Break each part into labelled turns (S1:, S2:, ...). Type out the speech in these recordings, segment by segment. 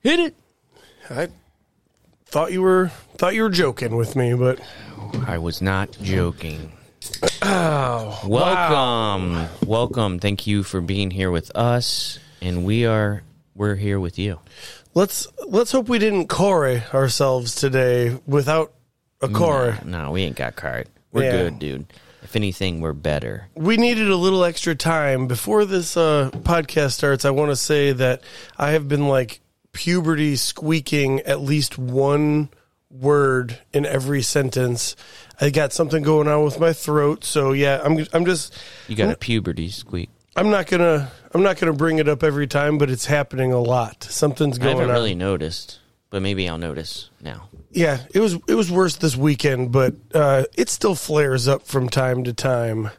S1: Hit it.
S2: I thought you were thought you were joking with me, but
S3: I was not joking.
S2: Oh,
S3: welcome, welcome. Thank you for being here with us, and we are we're here with you.
S2: let's let's hope we didn't core ourselves today without a
S1: Mm.
S2: core.
S3: No, we ain't got card. We're
S2: Yeah.
S3: good, dude. If anything, we're better.
S2: We needed a little extra time before this uh, podcast starts. I want to say that I have been like puberty squeaking at least one word in every sentence. I got something going on with my throat, so yeah, I'm I'm just
S3: You got a puberty squeak.
S2: I'm not gonna I'm not gonna bring it up every time, but it's happening a lot. Something's
S3: I
S2: going
S3: haven't
S2: on.
S3: really noticed, but maybe I'll notice now.
S2: Yeah, it was it was worse this weekend, but uh, it still flares up from time to time.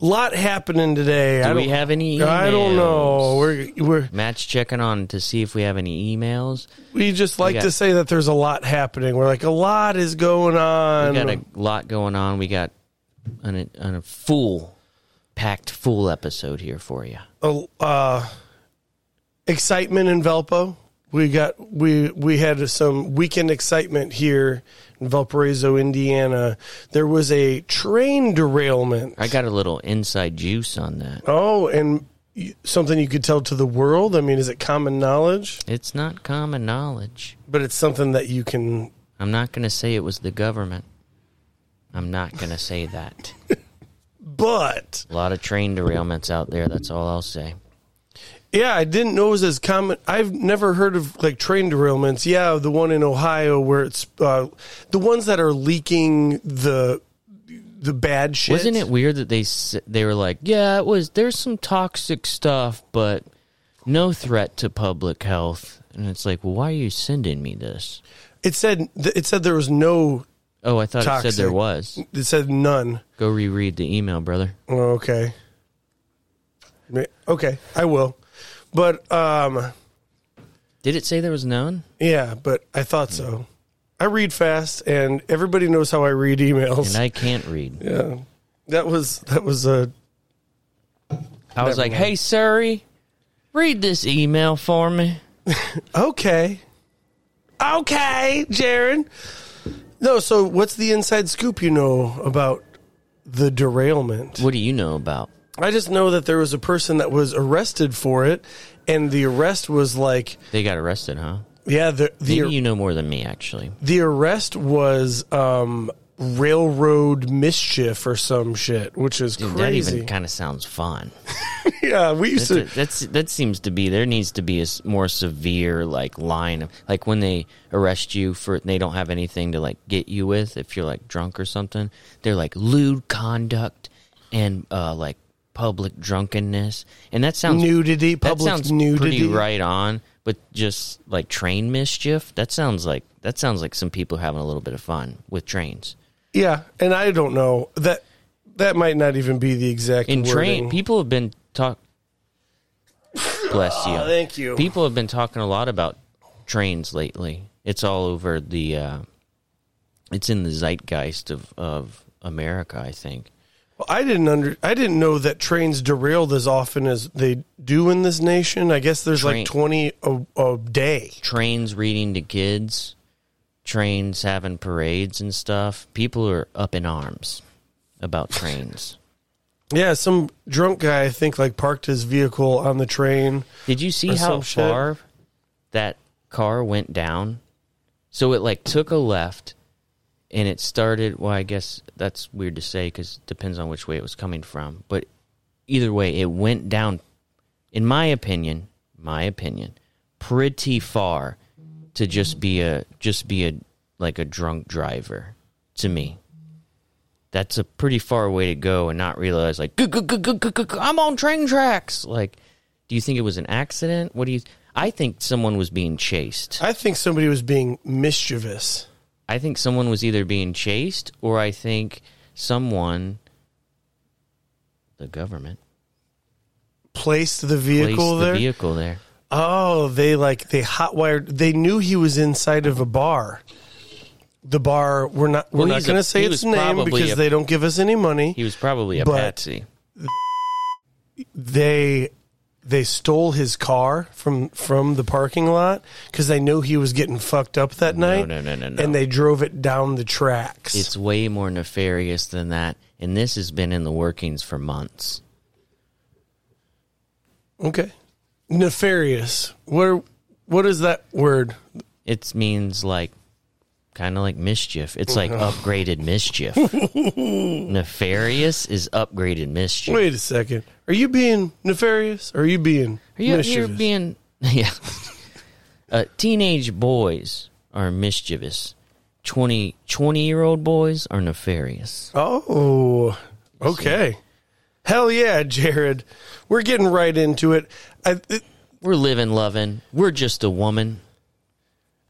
S2: Lot happening today. I
S3: Do
S2: don't,
S3: we have any? Emails?
S2: I don't know. We're we're
S3: Matt's checking on to see if we have any emails.
S2: we just like
S3: got-
S2: to say that there's a lot happening. We're like a lot is going on.
S3: We got a lot going on. We got an, an, a full, packed full episode here for you.
S2: a- uh, excitement in Valpo. We got we we had some weekend excitement here in Valparaiso, Indiana. There was a train derailment.
S3: I got a little inside juice on that.
S2: Oh, and you- something you could tell to the world. I mean, is it common knowledge?
S3: It's not common knowledge.
S2: But it's something that you can.
S3: I'm not going to say it was the government. I'm not going to say that.
S2: But
S3: A lot of train derailments out there. That's all I'll say.
S2: yeah, I didn't know it was as common. I've never heard of like train derailments. Yeah, the one in Ohio where it's uh, the ones that are leaking the the bad shit.
S3: Wasn't it weird that they s- they were like, yeah, it was. There's some toxic stuff, but no threat to public health. And it's like, well, why are you sending me this?
S2: It said it said there was no.
S3: Oh, I thought it
S2: Toxic.
S3: said there was.
S2: It said none.
S3: Go reread the email, brother.
S2: Oh, okay. Ma- Okay, I will. But um,
S3: Did it say there was none?
S2: yeah, but I thought so. I read fast, and everybody knows how I read emails.
S3: And I can't read.
S2: yeah, that was that was a
S3: I was like, hey, Siri, read this email for me.
S2: okay, okay, Jaron. No, so what's the inside scoop you know about the derailment?
S3: What do you know about?
S2: I just know that there was a person that was arrested for it, and the arrest was like,
S3: They got arrested, huh?
S2: yeah, the the
S3: Maybe you know more than me, actually.
S2: the arrest was um railroad mischief or some shit, which is
S3: Dude, that
S2: crazy.
S3: even kind of sounds fun.
S2: yeah, we used
S3: That's,
S2: to.
S3: that's that seems to be there needs to be a s- more severe like line of like when they arrest you for they don't have anything to like get you with if you're like drunk or something. They're like lewd conduct and uh like public drunkenness, and that sounds
S2: Nudity, public
S3: that sounds
S2: nudity.
S3: pretty right on. But just like train mischief, that sounds like that sounds like some people having a little bit of fun with trains.
S2: Yeah, and I don't know that that might not even be the exact
S3: In train,
S2: wording.
S3: people have been talk. Bless you.
S2: thank you.
S3: People have been talking a lot about trains lately. It's all over the. Uh, it's in the zeitgeist of of America, I think.
S2: Well, I didn't under I didn't know that trains derailed as often as they do in this nation. I guess there's
S3: Train.
S2: like twenty a, a day.
S3: Trains reading to kids, trains having parades and stuff. People are up in arms about trains.
S2: Yeah, some drunk guy I think like parked his vehicle on the train.
S3: Did you see
S2: Or
S3: how
S2: some shit.
S3: far that car went down? So it like took a left and it started. Well, I guess that's weird to say because depends on which way it was coming from. But either way, it went down, in my opinion, my opinion, pretty far to just be a, just be a, like a drunk driver to me. That's a pretty far way to go and not realize, like, "Gu- gu- gu- gu- gu- gu- gu- I'm on train tracks. Like, do you think it was an accident? What do you, I think someone was being chased.
S2: I think somebody was being mischievous.
S3: I think someone was either being chased or I think someone, the government,
S2: Placed the
S3: placed
S2: vehicle
S3: the
S2: there.
S3: vehicle there.
S2: Oh, they like they hotwired. They knew he was inside of a bar. The bar we're not we're
S3: Well,
S2: not
S3: he's
S2: going
S3: a-
S2: to say
S3: he
S2: its
S3: was
S2: name
S3: probably
S2: because
S3: a-
S2: they don't give us any money.
S3: He was probably a
S2: But-
S3: patsy.
S2: they they stole his car from from the parking lot because they knew he was getting fucked up that night.
S3: no, no, no, no.
S2: And they drove it down the tracks.
S3: It's way more nefarious than that, and this has been in the workings for months.
S2: okay, nefarious. What are, what is that word?
S3: It means like kind of like mischief. It's like upgraded mischief. Nefarious is upgraded mischief.
S2: Wait a second. Are you being nefarious? Or are you being
S3: Are you, you're
S2: mischievous?
S3: being yeah. uh, teenage boys are mischievous. 20, 20 year old boys are nefarious.
S2: Oh, okay. Hell yeah, Jared. We're getting right into it. I, it
S3: We're living, loving. We're just a woman.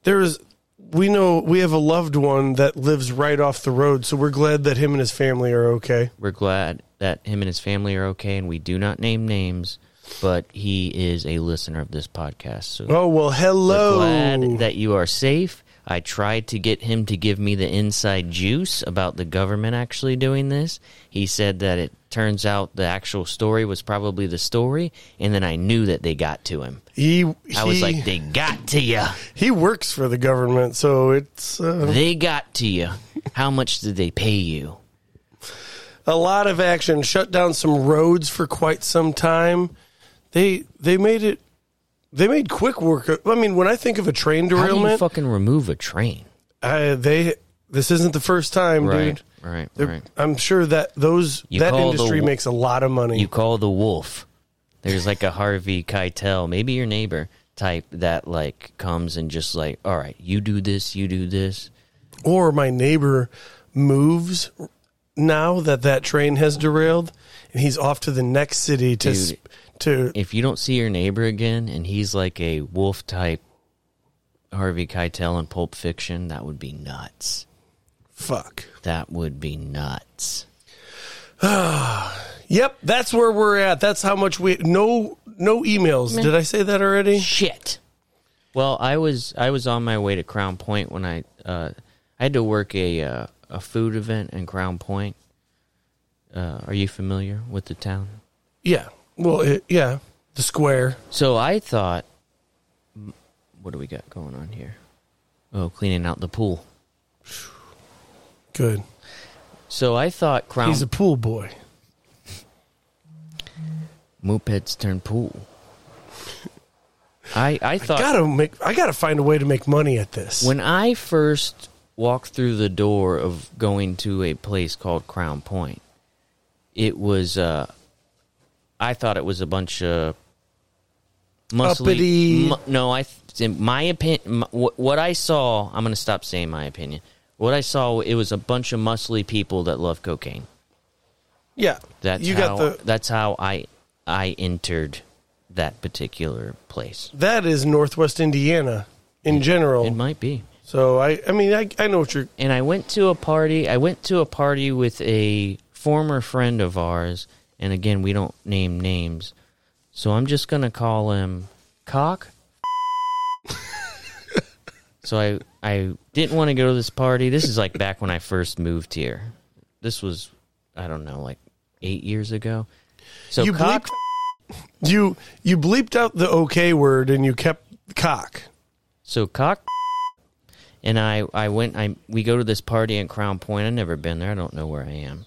S2: there is we know we have a loved one that lives right off the road, so we're glad that him and his family are okay.
S3: We're glad that him and his family are okay, and we do not name names, but he is a listener of this podcast. So
S2: Oh well, hello. Oh.
S3: glad that you are safe. I tried to get him to give me the inside juice about the government actually doing this. He said that it turns out the actual story was probably the story, and then I knew that they got to him.
S2: he, he
S3: I was like, they got to you.
S2: he works for the government, so it's uh,
S3: They got to you. How much did they pay you?
S2: a lot of action. Shut down some roads for quite some time. They they made it. They made quick work. of- I mean, when I think of a train
S3: How do you
S2: derailment,
S3: fucking remove a train?
S2: I, they this isn't the first time,
S3: Right,
S2: dude.
S3: right,
S2: They're-
S3: right.
S2: I'm sure that those
S3: You
S2: that
S3: call the
S2: industry
S3: wo-
S2: makes a lot of money.
S3: you call the wolf. There's like a Harvey Keitel, maybe your neighbor type that like comes and just like, all right, you do this, you do this.
S2: or my neighbor moves now that that train has derailed, and he's off to the next city to
S3: Dude.
S2: sp- to.
S3: If you don't see your neighbor again and he's like a wolf type Harvey Keitel in Pulp Fiction, that would be nuts.
S2: Fuck.
S3: That would be nuts.
S2: Yep, that's where we're at. That's how much we no no emails. Did I say that already?
S3: Shit. Well, I was I was on my way to Crown Point when I uh, I had to work a uh, a food event in Crown Point. Uh, are you familiar with the town?
S2: Yeah. Well, it, yeah. The square.
S3: So I thought, what do we got going on here? Oh, cleaning out the pool.
S2: Good.
S3: So I thought Crown
S2: He's a pool boy.
S3: mopeds turn pool. I I thought
S2: Gotta make. I gotta find a way to make money at this.
S3: when I first walked through the door of going to a place called Crown Point, it was uh, I thought it was a bunch of muscly.
S2: Uppity.
S3: mu- no, I th- in my opinion, what, what I saw. I'm gonna stop saying my opinion. What I saw, it was a bunch of muscly people that love cocaine.
S2: yeah.
S3: That's
S2: you
S3: how,
S2: got the.
S3: That's how I I entered that particular place.
S2: That is Northwest Indiana in general.
S3: It might be.
S2: so I. I mean, I. I know what you're.
S3: and I went to a party. I went to a party with a former friend of ours, and again, we don't name names, so I'm just gonna call him Cock. so I I didn't want to go to this party. This is like back when I first moved here. This was I don't know like eight years ago. So
S2: you
S3: Cock,
S2: bleeped, you you bleeped out the okay word and you kept cock.
S3: So cock and I, I went I we go to this party in Crown Point. I've never been there. I don't know where I am.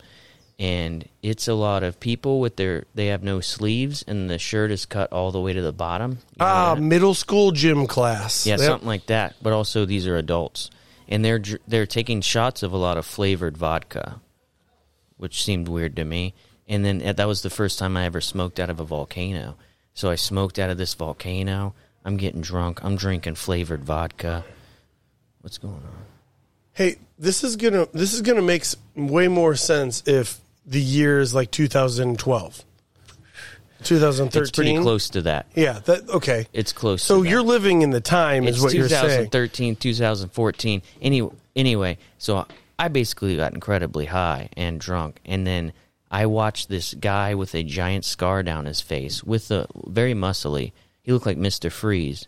S3: And it's a lot of people with their they have no sleeves and the shirt is cut all the way to the bottom. You know
S2: Ah,
S3: that?
S2: middle school gym class.
S3: yeah,
S2: Yep.
S3: something like that. But also these are adults and they're dr- they're taking shots of a lot of flavored vodka, which seemed weird to me. And then uh, that was the first time I ever smoked out of a volcano. So I smoked out of this volcano. I'm getting drunk. I'm drinking flavored vodka. What's going on?
S2: Hey, this is gonna this is gonna make s- way more sense if the year is like 2012, 2013.
S3: It's pretty close to that.
S2: Yeah. That okay.
S3: It's close.
S2: So
S3: to that.
S2: you're living in the time,
S3: it's
S2: is what you're saying.
S3: 2013, 2014. Any, anyway, so I basically got incredibly high and drunk, and then I watched this guy with a giant scar down his face, with a very muscly. He looked like Mister Freeze,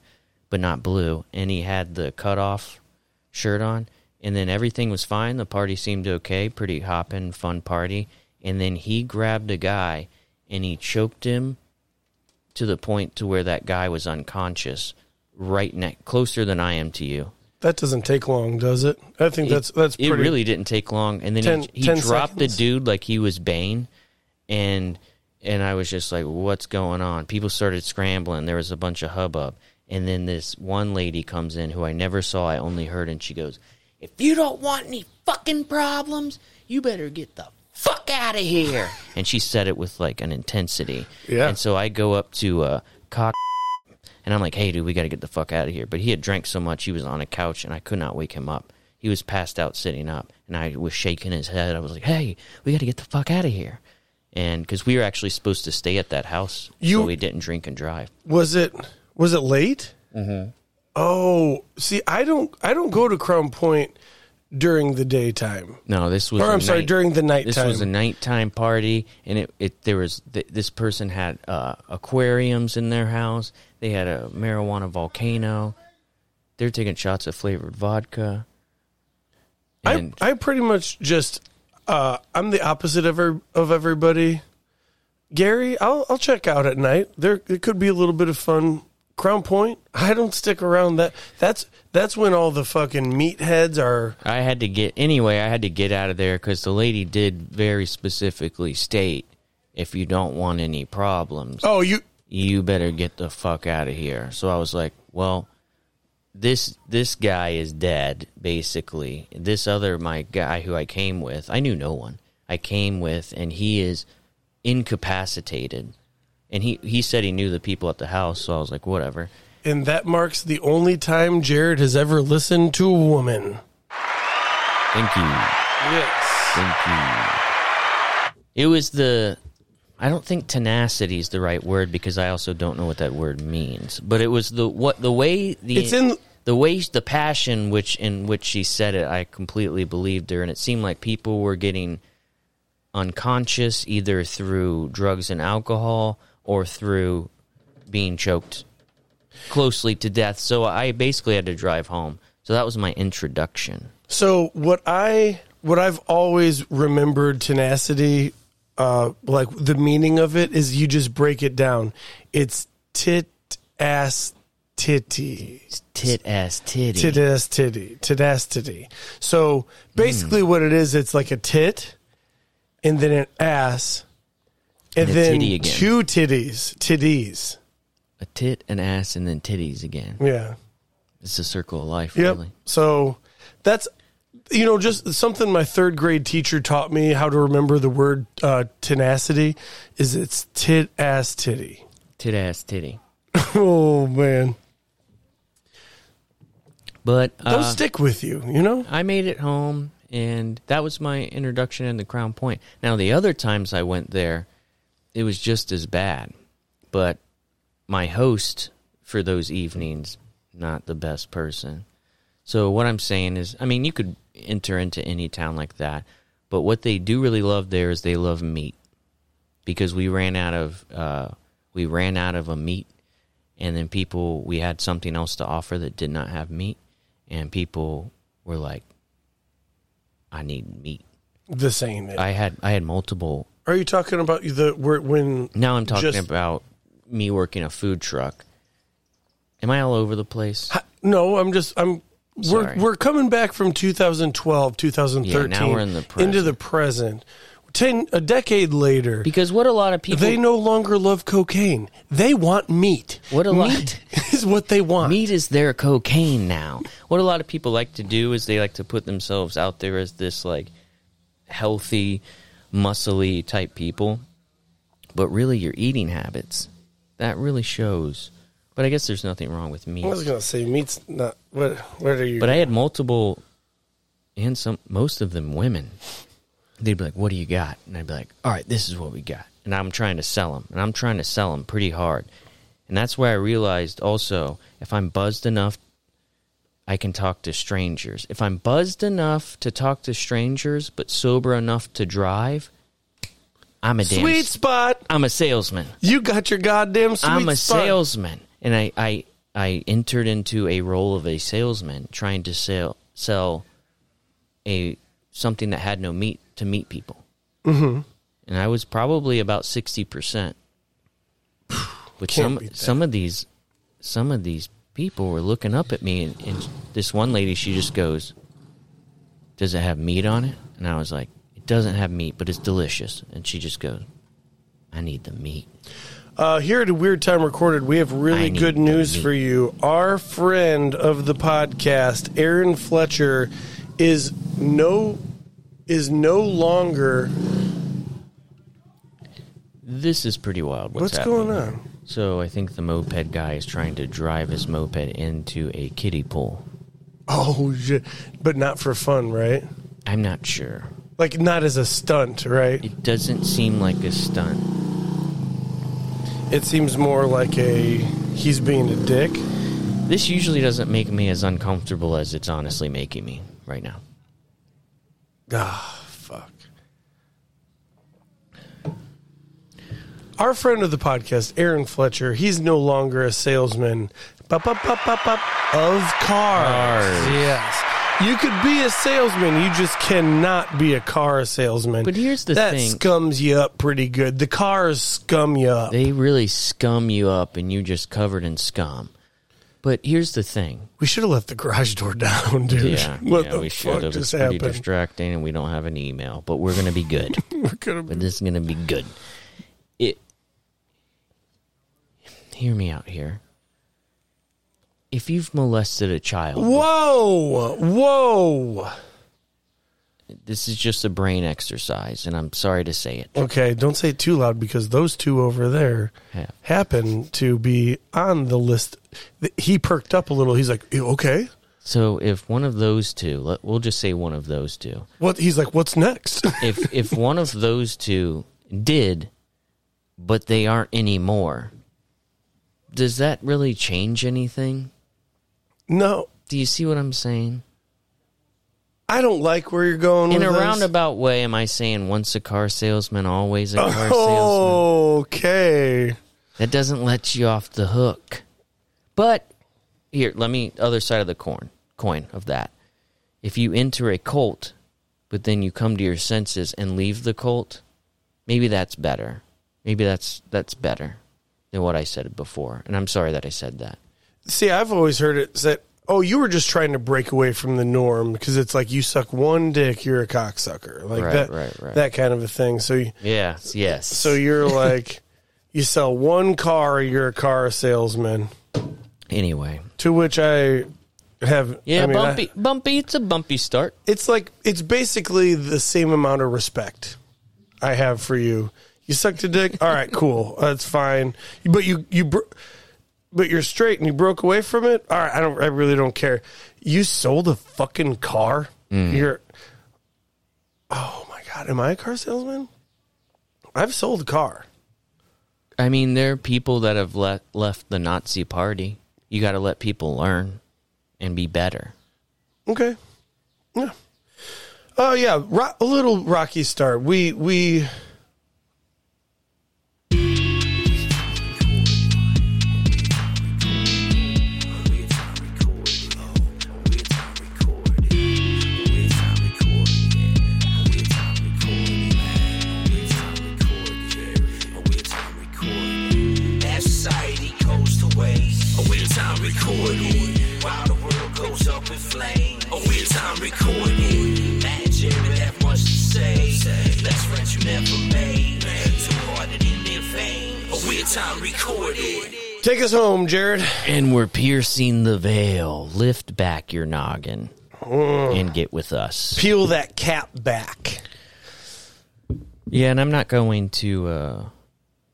S3: but not blue, and he had the cutoff shirt on. And then everything was fine. The party seemed okay, pretty hopping, fun party. And then he grabbed a guy and he choked him to the point to where that guy was unconscious, right next, closer than I am to you.
S2: That doesn't take long, does it? I think
S3: It-
S2: that's that's
S3: it
S2: pretty.
S3: really didn't take long and then
S2: 10
S3: he, he
S2: 10
S3: dropped
S2: seconds.
S3: the dude like he was bane and and i was just like what's going on people started scrambling there was a bunch of hubbub and then this one lady comes in who i never saw i only heard and she goes if you don't want any fucking problems you better get the fuck out of here and she said it with like an intensity
S2: Yeah.
S3: and so i go up to uh cock and I'm like, hey, dude, we got to get the fuck out of here. But he had drank so much, he was on a couch, and I could not wake him up. He was passed out sitting up, and I was shaking his head. I was like, hey, we got to get the fuck out of here. And because we were actually supposed to stay at that house,
S2: You-
S3: so we didn't drink and drive.
S2: was it was it late? Mm-hmm. Oh, see, I don't I don't go to Crown Point during the daytime.
S3: No, this was.
S2: Or
S3: a
S2: I'm sorry,
S3: night-
S2: during the nighttime.
S3: This was a nighttime party, and it, it there was th- this person had uh, aquariums in their house. They had a marijuana volcano. They're taking shots of flavored vodka.
S2: I, I pretty much just uh, I'm the opposite of every, of everybody. Gary, I'll I'll check out at night. There it could be a little bit of fun. Crown Point, I don't stick around that. That's that's when all the fucking meatheads are.
S3: I had to get anyway. I had to get out of there because the lady did very specifically state, "If you don't want any problems,
S2: Oh, you
S3: you better get the fuck out of here." So I was like, "Well, this this guy is dead, basically. This other my guy who I came with, I knew no one. I came with, and he is incapacitated." And he, he said he knew the people at the house, so I was like, whatever.
S2: and that marks the only time Jared has ever listened to a woman.
S3: Thank you.
S2: Yes.
S3: Thank you. It was the. I don't think tenacity is the right word because I also don't know what that word means. But it was the what the way the
S2: It's in-
S3: the way the passion which in which she said it. I completely believed her, and it seemed like people were getting unconscious either through drugs and alcohol or through being choked closely to death. So I basically had to drive home. So that was my introduction.
S2: So what I what I've always remembered tenacity, uh, like the meaning of it is you just break it down. It's tit ass titty,
S3: Tit ass titty.
S2: tit ass titty, tit ass titty. So basically,
S3: Hmm.
S2: what it is, it's like a tit, and then an ass, and,
S3: And a
S2: then
S3: titty again.
S2: two titties, titties.
S3: a tit, an ass, and then titties again.
S2: Yeah.
S3: It's a circle of life,
S2: Yep.
S3: really.
S2: So that's you know just something my third grade teacher taught me how to remember the word uh, tenacity is it's tit ass titty.
S3: Tit, ass, titty.
S2: Oh man,
S3: But
S2: they'll
S3: uh,
S2: stick with you. You know.
S3: I made it home, and that was my introduction into Crown Point. Now, the other times I went there, it was just as bad. But my host for those evenings, not the best person. So, what I'm saying is, I mean, you could enter into any town like that, but what they do really love there is they love meat. because we ran out of uh, we ran out of a meat, and then people we had something else to offer that did not have meat, and people were like, "I need meat."
S2: The same.
S3: I had I had multiple.
S2: Are you talking about the where, when?
S3: Now I'm talking
S2: Just-
S3: about me working a food truck. Am I all over the place?
S2: No, I'm just I'm. We're
S3: Sorry.
S2: we're coming back from 2012, 2013.
S3: Yeah, now we're in the
S2: into the present. Ten a decade later,
S3: Because what a lot of people
S2: they no longer love cocaine. They want meat.
S3: What a lot-
S2: meat is what they want.
S3: Meat is their cocaine now. What a lot of people like to do is they like to put themselves out there as this like healthy, muscly type people, but really your eating habits that really shows. But I guess there's nothing wrong with
S2: I was
S3: meat.
S2: gonna say meat's not. What? Where are you?
S3: But I had multiple, and some most of them women. They'd be like, "What do you got?" And I'd be like, "All right, this is what we got." And I'm trying to sell them, and I'm trying to sell them pretty hard. And that's where I realized also if I'm buzzed enough I can talk to strangers. If I'm buzzed enough to talk to strangers, but sober enough to drive, I'm a damn,
S2: sweet spot.
S3: I'm a salesman.
S2: You got your goddamn sweet
S3: I'm a
S2: spot.
S3: salesman, and I, I I entered into a role of a salesman trying to sell sell a something that had no meat to meet people. Mm-hmm. And I was probably about sixty percent. But
S2: Can't
S3: some
S2: beat that.
S3: some of these some of these people were looking up at me, and, and this one lady, she just goes, "Does it have meat on it?" And I was like, "It doesn't have meat, but it's delicious." And she just goes, "I need the meat."
S2: Uh, here at a weird time recorded, we have really
S3: I need
S2: good
S3: the
S2: news
S3: meat.
S2: for you. Our friend of the podcast, Aaron Fletcher, is no is no longer.
S3: This is pretty wild. What's,
S2: What's
S3: happening
S2: going
S3: here.
S2: on?
S3: So I think the moped guy is trying to drive his moped into a kiddie pool.
S2: Oh shit! But not for fun, right?
S3: I'm not sure.
S2: Like not as a stunt, right?
S3: It doesn't seem like a stunt.
S2: It seems more like a he's being a dick.
S3: This usually doesn't make me as uncomfortable as it's honestly making me right now.
S2: Ah, fuck. Our friend of the podcast, Aaron Fletcher, he's no longer a salesman Bop, bop, bop, bop, bop, of cars.
S3: Cars.
S2: Yes. You could be a salesman, you just cannot be a car salesman.
S3: But here's the
S2: that
S3: thing.
S2: scums you up pretty good. The cars scum you up.
S3: They really scum you up and you just covered in scum. But here's the thing.
S2: we should have left the garage door down, dude.
S3: Yeah,
S2: what
S3: yeah
S2: the
S3: we should
S2: fuck
S3: have.
S2: just
S3: It's pretty
S2: happened?
S3: distracting and we don't have an email, but we're going to be good.
S2: We could have-
S3: but this is gonna be good. It. Hear me out here. If you've molested a child,
S2: Whoa! Whoa!
S3: this is just a brain exercise, and I'm sorry to say it.
S2: Okay, don't say it too loud because those two over there
S3: Yeah.
S2: happen to be on the list. Th- He perked up a little. He's like, "Ew, "Okay,
S3: So if one of those two, let, we'll just say one of those two,
S2: what?" He's like, "What's next?"
S3: if if one of those two did, but they aren't anymore, does that really change anything?
S2: no,
S3: Do you see what I'm saying?
S2: I don't like where you're going.
S3: In
S2: with
S3: a
S2: this.
S3: roundabout way, am I saying once a car salesman, always a car
S2: Oh,
S3: salesman?
S2: Okay.
S3: That doesn't let you off the hook. But here, let me other side of the corn coin of that. If you enter a cult, but then you come to your senses and leave the cult, maybe that's better. Maybe that's that's better than what I said before. And I'm sorry that I said that.
S2: See, I've always heard it said, "Oh, you were just trying to break away from the norm because it's like you suck one dick, you're a cocksucker, like
S3: Right,
S2: that,
S3: right, right.
S2: that kind of a thing." So. You,
S3: Yeah. Yes.
S2: So you're like, you sell one car, you're a car salesman.
S3: anyway,
S2: To which I have.
S3: yeah,
S2: I mean, I-
S3: bumpy, bumpy. It's a bumpy start.
S2: it's like it's basically the same amount of respect I have for you. You sucked a dick. All right, cool. That's fine. But you you br- but you're straight and you broke away from it. All right, I don't. I really don't care. You sold a fucking car. You're. Oh my god, am I a car salesman? I've sold a car.
S3: I mean, there are people that have le- left the Nazi party. You got to let people learn and be better.
S2: Okay. Yeah. Oh yeah, Ro- a little rocky start. We we
S1: Recording, Matt Jerry have much to say. That's friends you never made. Too hard and in their vein. A weird time recorded.
S2: take us home, Jared.
S3: And we're piercing the veil. Lift back your noggin and get with us.
S2: Peel that cap back.
S3: Yeah, and I'm not going to. Uh,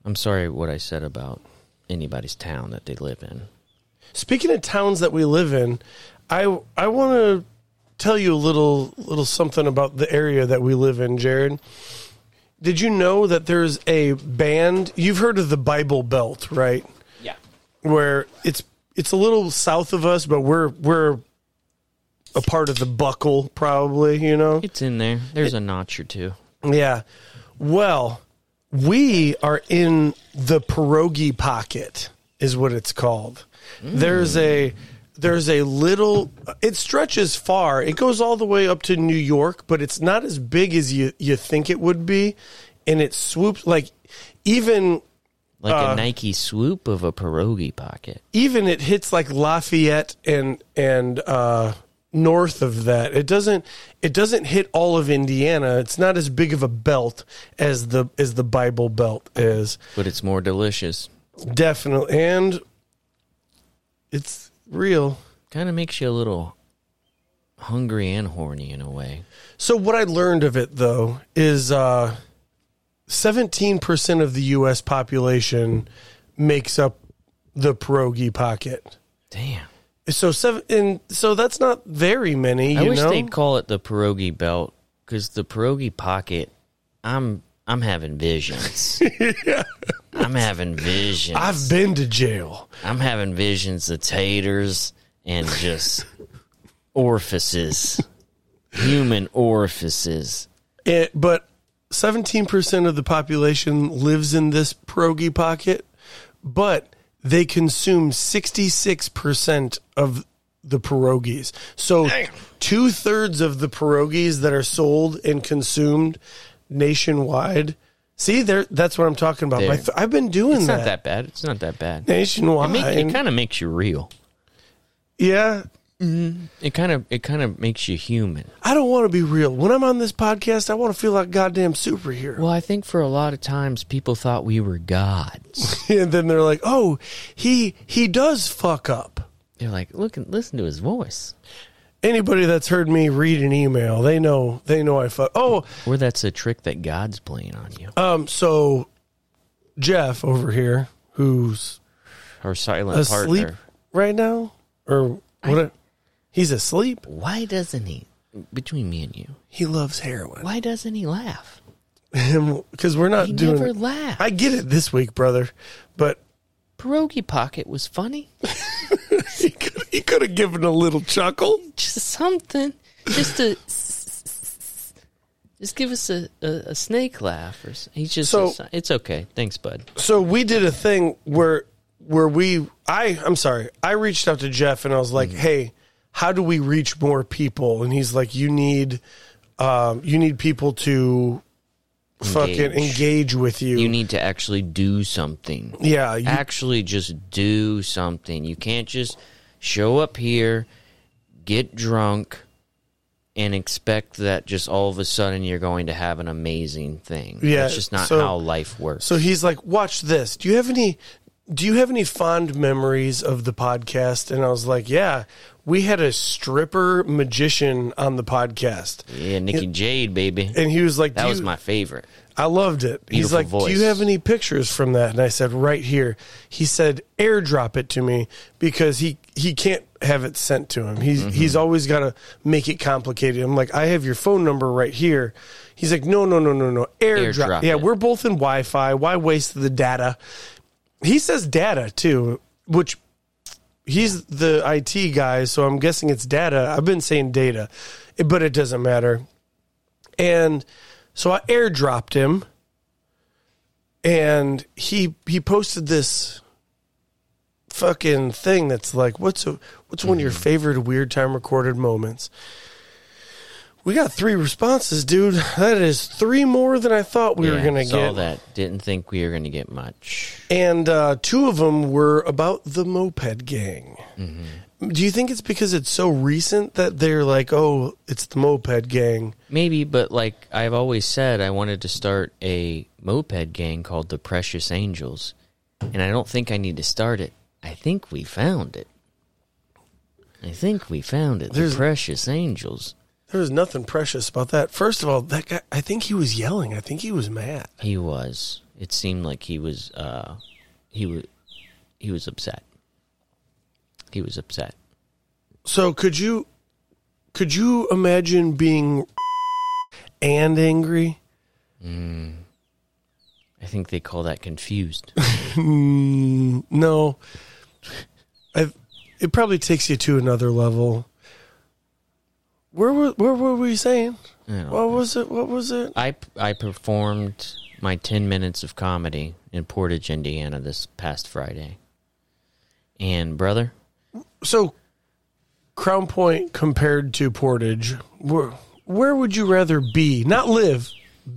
S3: I'm sorry what I said about anybody's town that they live in.
S2: Speaking of towns that we live in, I I want to tell you a little little something about the area that we live in, Jared. Did you know that there's a band? You've heard of the Bible Belt, right?
S3: Yeah.
S2: Where it's it's a little south of us, but we're we're a part of the buckle, probably. You know,
S3: It's in there. There's a notch or two.
S2: Yeah. Well, we are in the pierogi pocket is what it's called. There's a there's a little it stretches far. It goes all the way up to New York, but it's not as big as you you think it would be and it swoops like even
S3: like
S2: Uh,
S3: a Nike swoop of a pierogi pocket.
S2: even it hits like Lafayette and and uh, north of that. It doesn't it doesn't hit all of Indiana. It's not as big of a belt as the as the Bible Belt is.
S3: But it's more delicious.
S2: Definitely, and it's real.
S3: Kind of makes you a little hungry and horny in a way.
S2: So what I learned of it though is uh, 17% of the US population makes up the pierogi pocket.
S3: Damn.
S2: So seven and so that's not very many, you
S3: I wish
S2: know.
S3: they'd call it the pierogi belt because the pierogi pocket. I'm I'm having visions. I'm having visions. i
S2: I've been to jail.
S3: am having visions of taters and just orifices, human orifices.
S2: It, Eh, but 17% of the population lives in this pierogi pocket, but they consume 66% of the pierogies. So two thirds of the pierogies that are sold and consumed nationwide. See, there. That's what I'm talking about.
S3: There.
S2: My th- I've been doing
S3: It's
S2: that,
S3: not that bad. It's not that bad. It,
S2: nationwide.
S3: make, it kind of makes you real.
S2: yeah,
S3: It kind of it kind of makes you human.
S2: I don't want to be real. When I'm on this podcast, I want to feel like a goddamn superhero.
S3: Well, I think for a lot of times people thought we were gods.
S2: and then they're like, "Oh, he he does fuck up."
S3: They're like, look and listen to his voice.
S2: anybody that's heard me read an email, they know they know I fuck. Oh,
S3: Or that's a trick that God's playing on you.
S2: um, so Jeff over here, who's
S3: Or silent
S2: asleep
S3: partner.
S2: right now, or what? he's asleep.
S3: Why doesn't he? Between me and you,
S2: He loves heroin
S3: why doesn't he laugh?
S2: because we're not
S3: He
S2: doing.
S3: never laughed.
S2: I get it this week, brother, but
S3: Pierogi pocket was funny.
S2: he could he could have given a little chuckle.
S3: Just something. Just a. Just give us a, a, a snake laugh. Or s- he's just.
S2: So-
S3: a- it's okay. Thanks, bud.
S2: so we did a thing where where we I I'm sorry. I reached out to Jeff and I was
S3: Mm-hmm.
S2: like, "Hey, how do we reach more people?" And he's like, "You need um you need people to fucking
S3: Engage.
S2: engage with you."
S3: You need to actually do something.
S2: yeah, you,
S3: actually just do something. You can't just show up here, get drunk, and expect that just all of a sudden you're going to have an amazing thing.
S2: Yeah,
S3: That's just not
S2: so-
S3: how life works.
S2: So he's like, "Watch this. Do you have any do you have any fond memories of the podcast?" And I was like, "Yeah, we had a stripper magician on the podcast."
S3: yeah, Nikki Jade, baby.
S2: And he was like,
S3: That
S2: "Do
S3: was
S2: you-
S3: my favorite.
S2: I loved it. He's
S3: Beautiful
S2: like, "Do
S3: voice.
S2: you have any pictures from that?" And I said, "Right here." He said, "Airdrop it to me because he he can't have it sent to him.
S3: Mm-hmm.
S2: He's he's always got to make it complicated." I'm like, "I have your phone number right here." He's like, "No, no, no, no, no. Airdrop.
S3: Airdrop
S2: yeah,
S3: it.
S2: we're both in Wi-Fi. Why waste the data?" He says data too, which he's the IT guy, so I'm guessing it's data. I've been saying data, but it doesn't matter. And so I airdropped him and he he posted this fucking thing that's like what's a, what's one of
S3: Mm-hmm.
S2: your favorite weird time recorded moments we got three responses dude that is three more than i thought we were
S3: Yeah,
S2: gonna
S3: saw
S2: get
S3: that. Didn't think we were gonna get much.
S2: and uh, two of them were about the moped gang
S3: Mm-hmm.
S2: do you think it's because it's so recent that they're like oh it's the moped gang
S3: Maybe, but like I've always said, I wanted to start a moped gang called the Precious Angels, and I don't think I need to start it. I think we found it. I think we found it.
S2: There's-
S3: the Precious Angels.
S2: there was nothing precious about that first of all that guy i think he was yelling i think he was mad
S3: He was. It seemed like he was. Uh, he was. He was upset. He was upset.
S2: So could you could you imagine being and angry?
S3: I think they call that confused.
S2: Mm, no. i it probably takes you to another level. Where were where were we saying?
S3: I don't
S2: What was it? What was it?
S3: I I performed my 10 minutes of comedy in Portage, Indiana this past Friday. And brother,
S2: So Crown Point compared to Portage, where where would you rather be? Not live,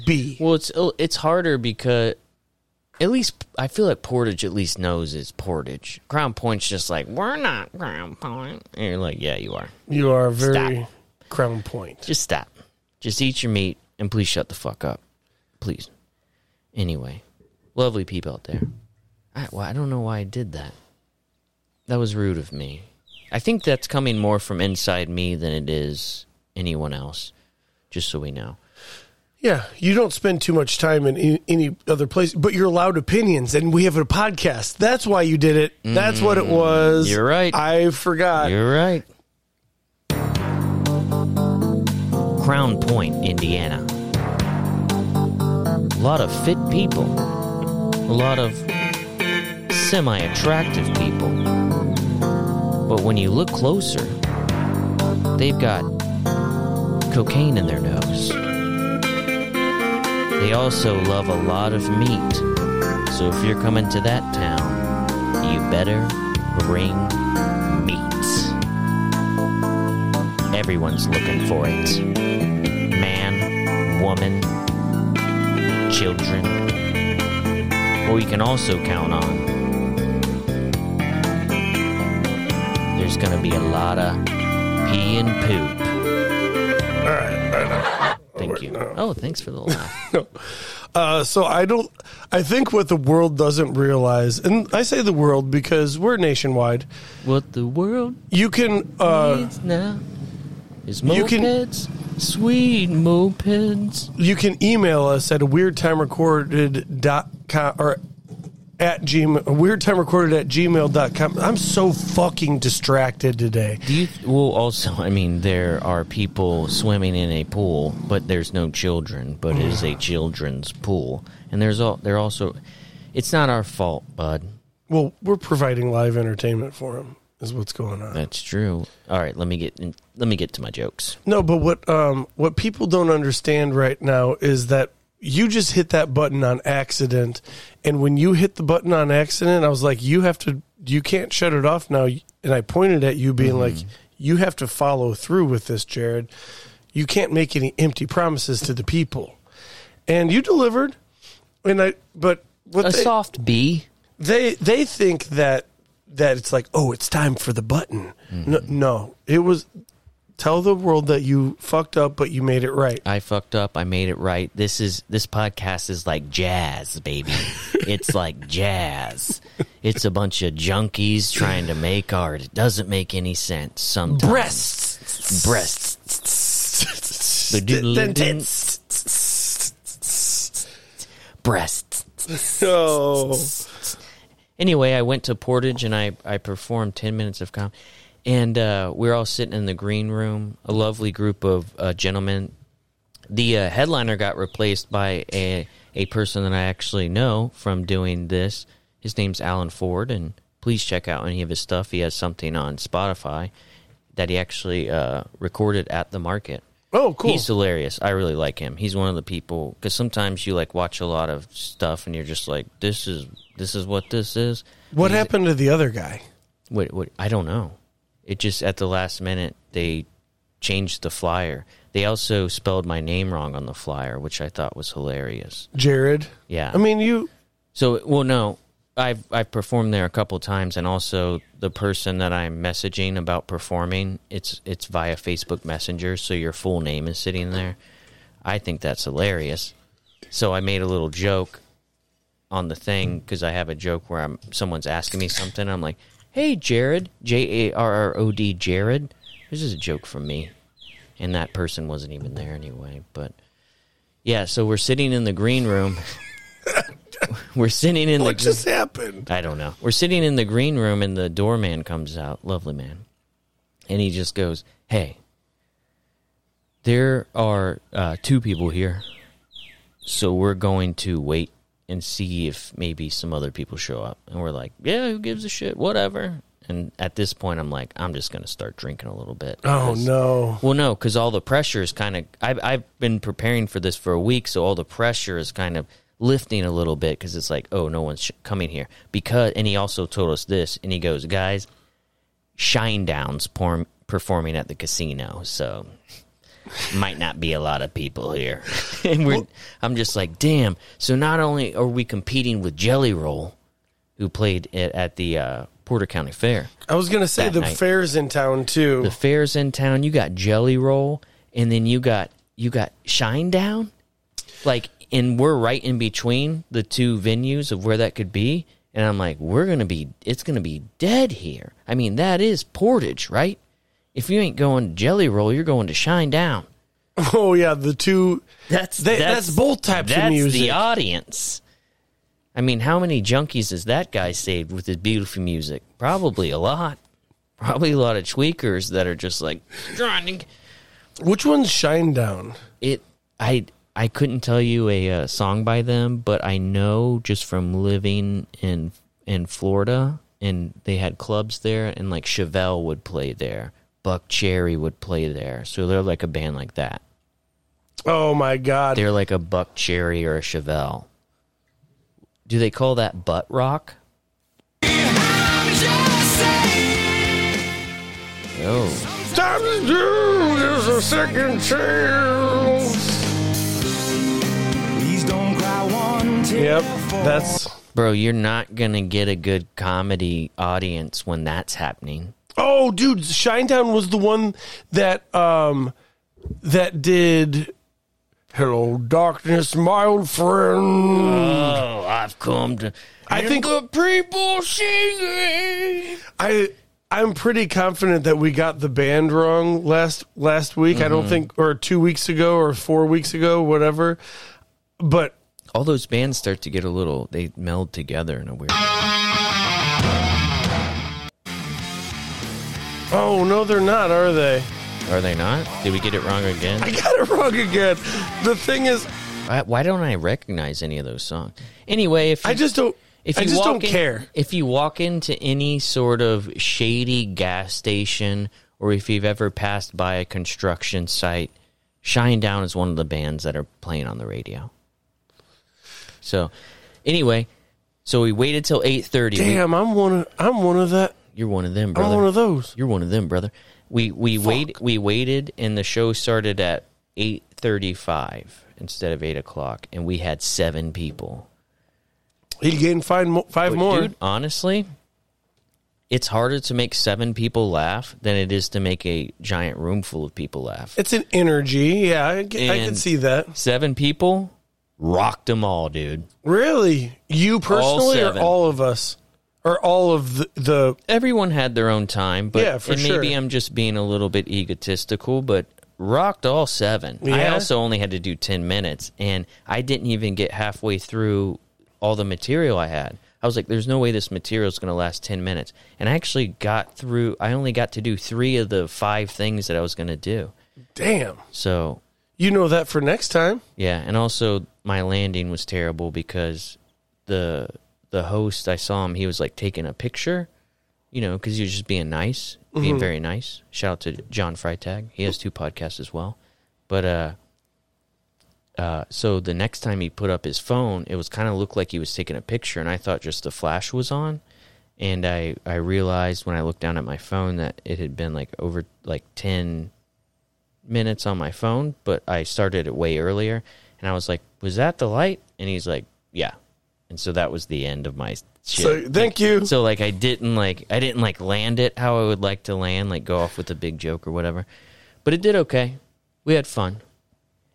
S2: be.
S3: uh, well it's it's harder because At least I feel like Portage at least knows it's Portage. Crown Point's just like we're not Crown Point, and you're like, yeah, you are.
S2: You are very
S3: Stop.
S2: crown point.
S3: Just stop. Just eat your meat and please shut the fuck up, please. Anyway, lovely people out there. I, well, I don't know why I did that. That was rude of me. I think that's coming more from inside me than it is anyone else. Just so we know.
S2: Yeah, you don't spend too much time in any, any other place, but you're allowed opinions, and we have a podcast. That's why you did it. That's what it was.
S3: Mm, you're right.
S2: I forgot.
S3: You're right. Crown Point, Indiana. A lot of fit people. A lot of semi attractive people. But when you look closer, they've got cocaine in their nose. They also love a lot of meat. So if you're coming to that town, you better bring meat. Everyone's looking for it. Man, woman, children. Or you can also count on. There's gonna be a lot of pee and poop. Thank you. Oh, thanks for the laugh.
S2: Uh, so I don't. I think what the world doesn't realize, and I say the world because we're nationwide.
S3: what the world
S2: You can. Uh,
S3: needs now is
S2: you can-
S3: mopeds, sweet mopeds.
S2: you can email us at weirdtimerecorded.com or at gmail weirdtimerecorded at gmail.com i'm so fucking distracted today
S3: Do you? Well, also, I mean, there are people swimming in a pool, but there's no children. But it is a children's pool, and there's all. They're also. It's not our fault, bud.
S2: well we're providing live entertainment for him is what's going on
S3: That's true. All right, let me get. In, let me get to my jokes.
S2: no but what um what people don't understand right now is that you just hit that button on accident and when you hit the button on accident i was like you have to you can't shut it off now and i pointed at you being like you have to follow through with this jared you can't make any empty promises to the people and you delivered and i but what
S3: A
S2: they,
S3: soft B.
S2: they they think that that it's like oh it's time for the button no,
S3: Mm-hmm.
S2: no it was tell the world that you fucked up but you made it right
S3: I fucked up. I made it right. This is this podcast is like jazz, baby. it's like jazz. It's a bunch of junkies trying to make art. It doesn't make any sense sometimes.
S2: breasts
S3: Breasts. The doodle-
S2: then tits
S3: Breasts.
S2: oh
S3: Anyway, I went to Portage and I, I performed 10 minutes of com. And uh, we are all sitting in the green room, a lovely group of uh, gentlemen. The uh, headliner got replaced by a, a person that I actually know from doing this. His name's Alan Ford, and please check out any of his stuff. He has something on Spotify that he actually uh, recorded at the market.
S2: oh cool
S3: He's hilarious. I really like him. He's one of the people because sometimes you like watch a lot of stuff and you're just like, this is this is what this is.
S2: what happened to the other guy
S3: What what I don't know. It just at the last minute they changed the flyer. They also spelled my name wrong on the flyer, which I thought was hilarious.
S2: jared
S3: Yeah.
S2: i mean you
S3: So, well, no, I've I've performed there a couple times, and also the person that I'm messaging about performing, it's it's via Facebook Messenger, so your full name is sitting there. I think that's hilarious. So I made a little joke on the thing because I have a joke where I'm someone's asking me something. I'm like, "Hey, Jared, J A R R O D, Jared." This is a joke from me, and that person wasn't even there anyway. But yeah, so we're sitting in the green room. we're sitting in the.
S2: what
S3: green-
S2: just happened
S3: I don't know. We're sitting in the green room and the doorman comes out, lovely man. And he just goes, Hey, there are uh, two people here. So we're going to wait and see if maybe some other people show up. And we're like, Yeah, who gives a shit? Whatever. And at this point, I'm like, I'm just going to start drinking a little bit.
S2: oh
S3: Because-
S2: no
S3: well, no, because all the pressure is kind of. I've, I've been preparing for this for a week, so all the pressure is kind of lifting a little bit because it's like, oh, no one's sh- coming here. Because, and he also told us this, and he goes, guys, Shinedown's porm- performing at the casino, so might not be a lot of people here. and we're, I'm just like, damn. So not only are we competing with Jelly Roll, who played at, at the uh, Porter County Fair,
S2: I was gonna say
S3: That
S2: the
S3: night.
S2: fair's in town too.
S3: the fair's in town. You got Jelly Roll, and then you got you got Shine Down. Like, and we're right in between the two venues of where that could be. And I'm like, we're gonna be, it's gonna be dead here. I mean, that is Portage, right? If you ain't going to Jelly Roll, you're going to Shine Down.
S2: oh yeah, the two.
S3: That's
S2: They- that's both types of
S3: that's the
S2: music.
S3: audience. I mean, how many junkies has that guy saved with his beautiful music? Probably a lot. Probably a lot of tweakers that are just like grinding.
S2: Which one's Shine Down?
S3: It. I. I couldn't tell you a uh, song by them, but I know just from living in in Florida, and they had clubs there, and like Chevelle would play there, Buck Cherry would play there, so they're like a band like that.
S2: Oh my god,
S3: They're like a buck cherry or a Chevelle. Do they call that butt rock? Oh,
S2: time to do this a second chance.
S1: Please don't cry one tear
S2: Yep,
S1: for
S2: that's.
S3: bro, you're not gonna get a good comedy audience when that's happening.
S2: Oh, dude, Shinedown was the one that um that did Hello Darkness, my old friend.
S3: Oh, I've come to.
S2: I think
S3: people singing.
S2: I I'm pretty confident that we got the band wrong last last week. I
S3: Mm-hmm.
S2: don't think or 2 weeks ago or 4 weeks ago, whatever. But
S3: All those bands start to get a little. They meld together in a weird.
S2: oh, no they're not, are they?
S3: Are they not? Did we get it wrong again?
S2: I got it wrong again. The thing is,
S3: I, why don't I recognize any of those songs? Anyway, if
S2: I
S3: you-
S2: just don't
S3: If
S2: I
S3: you
S2: just
S3: walk
S2: don't
S3: in-
S2: care.
S3: If you walk into any sort of shady gas station or if you've ever passed by a construction site, Shine Down is one of the bands that are playing on the radio. So, anyway, so we waited till 8:30. We-
S2: Damn, Oh, I'm one of I'm one of that.
S3: you're one of them,
S2: I'm
S3: brother.
S2: one of those.
S3: You're one of them, brother. We we wait we waited and the show started at eight thirty five instead of eight o'clock, and we had seven people.
S2: He gained five, mo- five
S3: But
S2: more.
S3: dude, honestly, it's harder to make seven people laugh than it is to make a giant room full of people laugh.
S2: It's an energy. Yeah, I, g- I can
S3: And-
S2: see that.
S3: Seven people rocked them all, dude.
S2: Really? You personally or
S3: seven.
S2: all of us? Or all of the, the
S3: Everyone had their own time, but
S2: Yeah, for
S3: and maybe
S2: sure.
S3: I'm just being a little bit egotistical, but rocked all seven. I
S2: Yeah?
S3: also only had to do 10 minutes, and I didn't even get halfway through all the material I had. I was like, there's no way this material is going to last 10 minutes. And I actually got through, I only got to do three of the five things that I was going to do.
S2: damn.
S3: So,
S2: You know that for next time.
S3: yeah, and also my landing was terrible because the the host I saw him he was like taking a picture, you know, because he was just being nice, being very nice. Shout out to John Freitag, he has two podcasts as well. But uh, uh, so the next time he put up his phone, it was kind of looked like he was taking a picture, and I thought just the flash was on, and I I realized when I looked down at my phone that it had been like over like ten minutes on my phone, but I started it way earlier. And I was like, "Was that the light?" And he's like, "Yeah." And so that was the end of my shit.
S2: So thank you.
S3: So like I didn't like I didn't like land it how I would like to land, like go off with a big joke or whatever. But it did okay. We had fun.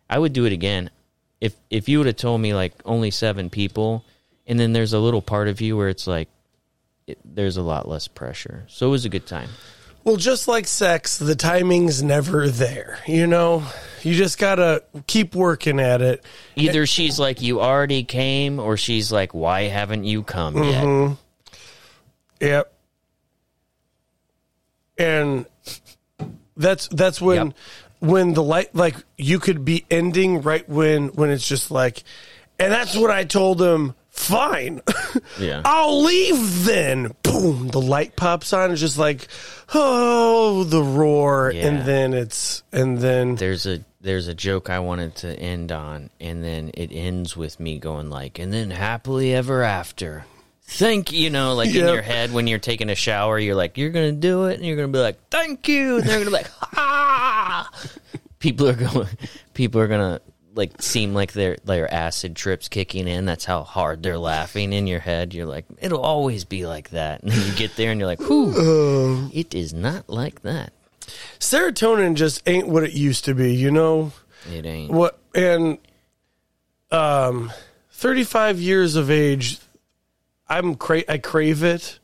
S3: I would do it again. If if you would have told me like only seven people, and then there's a little part of you where it's like it, there's a lot less pressure. So it was a good time.
S2: Well, just like sex, the timing's never there. You know, you just gotta keep working at it.
S3: Either she's like you already came, or she's like why haven't you come yet?
S2: Yep. And that's that's when
S3: Yep.
S2: when the light like you could be ending right when when it's just like and that's what I told him, fine.
S3: Yeah.
S2: I'll leave then. Boom, the light pops on, it's just like oh the roar
S3: Yeah.
S2: and then it's and then
S3: there's a there's a joke I wanted to end on, and then it ends with me going like, and then happily ever after. Thank you, you know, like in
S2: Yep.
S3: your head when you're taking a shower, you're like, you're gonna do it, and you're gonna be like, thank you, and they're gonna be like, ah, people are going people are gonna like seem like their their acid trips kicking in that's how hard they're laughing in your head you're like it'll always be like that and then you get there and you're like whew it is not like that
S2: Serotonin just ain't what it used to be, you know?
S3: it ain't
S2: What and um 35 years of age I'm cra- I crave it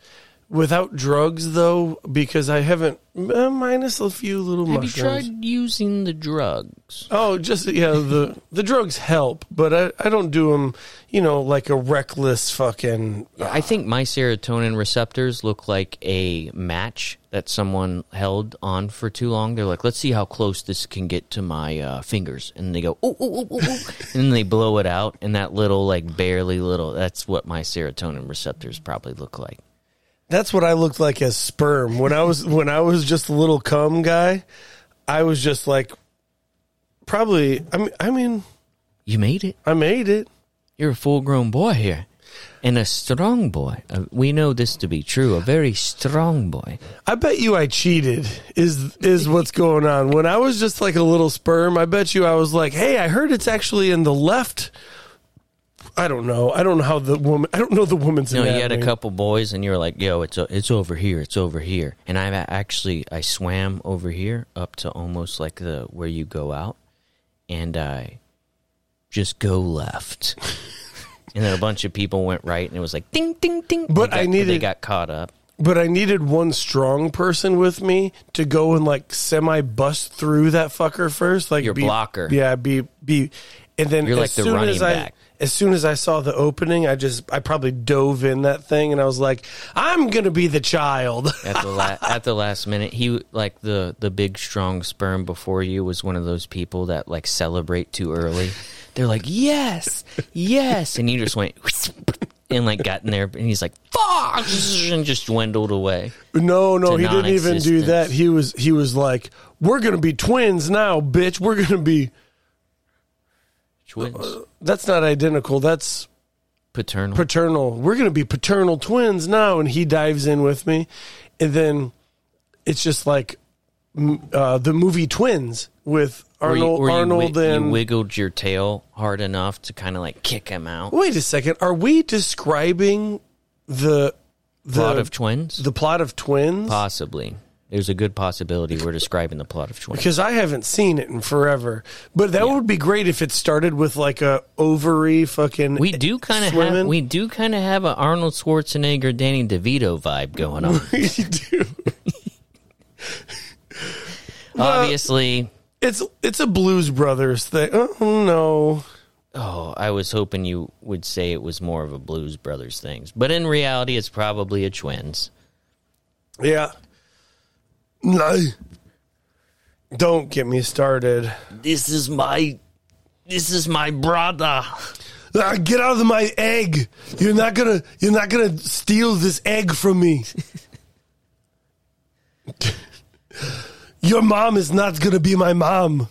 S2: without drugs though because I haven't uh, minus a few little
S3: have you
S2: mushrooms.
S3: tried using the drugs
S2: Oh, just yeah, the the drugs help, but I I don't do them, you know, like a reckless fucking
S3: i think my serotonin receptors look like a match that someone held on for too long they're like let's see how close this can get to my uh, fingers and they go ooh, ooh, ooh, ooh, ooh. and then they blow it out and that little like barely little that's what my serotonin receptors probably look like
S2: That's what I looked like as sperm when I was when I was just a little cum guy. I was just like, probably. I mean, I mean,
S3: you made it
S2: I made it.
S3: You're a full grown boy here. And a strong boy. Uh, we know this to be true. A very strong boy.
S2: I bet you I cheated. Is is what's going on? When I was just like a little sperm, I bet you I was like, hey, I heard it's actually in the left. I don't know. I don't know how the woman. I don't know the woman's.
S3: You know, you had
S2: anatomy.
S3: a couple boys, and you were like, "Yo, it's o- it's over here, it's over here." And I actually I swam over here up to almost like the where you go out, and I just go left, and then a bunch of people went right, and it was like ding ding ding.
S2: But
S3: They
S2: I
S3: got- they
S2: needed-
S3: got caught up.
S2: but I needed one strong person with me to go and like semi bust through that fucker first, like
S3: Your
S2: be,
S3: blocker.
S2: Yeah, be be, and then
S3: You're
S2: as
S3: like the
S2: soon
S3: running
S2: as I,
S3: back.
S2: As soon as I saw the opening, I just I probably dove in that thing and I was like, I'm gonna be the child.
S3: at the la- at the last minute. He like the the big strong sperm before you was one of those people that like celebrate too early. They're like, yes, yes, and you just went and like got in there, and he's like, fuck, and just dwindled away.
S2: No, no, he didn't even do
S3: non-existence.
S2: that. He was he was like, We're gonna be twins now, bitch. We're gonna be.
S3: Twins,
S2: That's not identical. That's
S3: paternal.
S2: paternal. We're going to be paternal twins now. And he dives in with me. And then it's just like m- uh, the movie Twins with
S3: Where you-
S2: Arnold,
S3: where you wi-
S2: Arnold and.
S3: you wiggled your tail hard enough to kind of like kick him out.
S2: Wait a second. Are we describing the. The
S3: Plot of twins,
S2: the plot of twins
S3: possibly. There's a good possibility we're describing the plot of twins.
S2: because I haven't seen it in forever. But that would be great if it started with like a ovary fucking.
S3: We do kind of have
S2: swimming.
S3: we do kind of have a Arnold Schwarzenegger, Danny DeVito vibe going on.
S2: We do.
S3: Obviously,
S2: It's it's a Blues Brothers thing. Oh no,
S3: oh, I was hoping you would say it was more of a Blues Brothers things, but in reality, it's probably a Twins.
S2: Yeah. No. Don't get me started.
S3: This is my, this is my brother.
S2: Ah, Get out of my egg. You're not gonna you're not gonna steal this egg from me. Your mom is not gonna be my mom.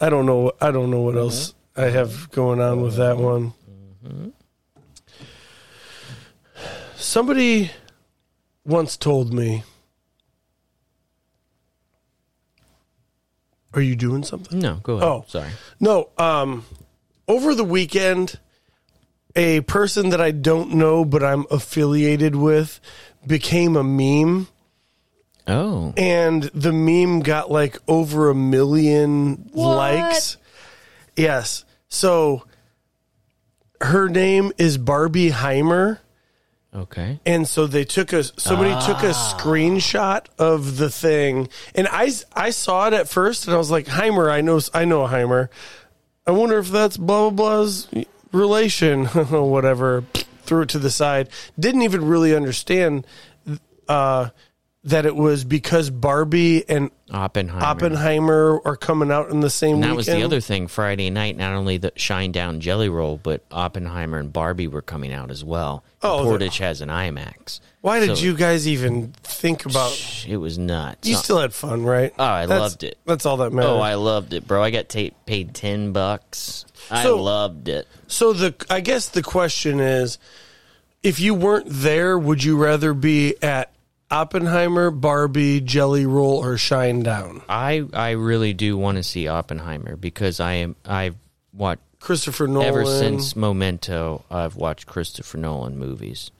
S2: I don't know I don't know what else I have going on with that one. Somebody once told me Are you doing something?
S3: No, go ahead.
S2: Oh.
S3: sorry.
S2: No, um, over the weekend, a person that I don't know but I'm affiliated with became a meme,
S3: Oh,
S2: and the meme got like over a million likes. Yes. So her name is Barbie Heimer.
S3: okay.
S2: And so they took a somebody took a
S3: Ah.
S2: screenshot of the thing, and I s- I saw it at first, and I was like, Heimer, I know I know Heimer. I wonder if that's blah blah blah's relation, whatever. Threw it to the side. Didn't even really understand uh, that it was because Barbie and
S3: Oppenheimer.
S2: Oppenheimer are coming out in the same.
S3: And that
S2: weekend.
S3: was the other thing. Friday night, not only the Shine Down Jelly Roll, but Oppenheimer and Barbie were coming out as well. And
S2: Oh, the-
S3: Portage has an IMAX.
S2: Why did
S3: So-
S2: you guys even think about?
S3: It was nuts.
S2: You still had fun, right?
S3: Oh, I
S2: That's-
S3: loved it.
S2: That's all that matters.
S3: Oh, I loved it, bro. I got ta- paid 10 bucks. I
S2: So-
S3: loved it.
S2: So the I guess the question is, if you weren't there, would you rather be at Oppenheimer, Barbie, Jelly Roll, or Shine Down.
S3: I I really do want to see Oppenheimer because I am I've watched
S2: Christopher Nolan.
S3: ever since Memento. I've watched Christopher Nolan movies.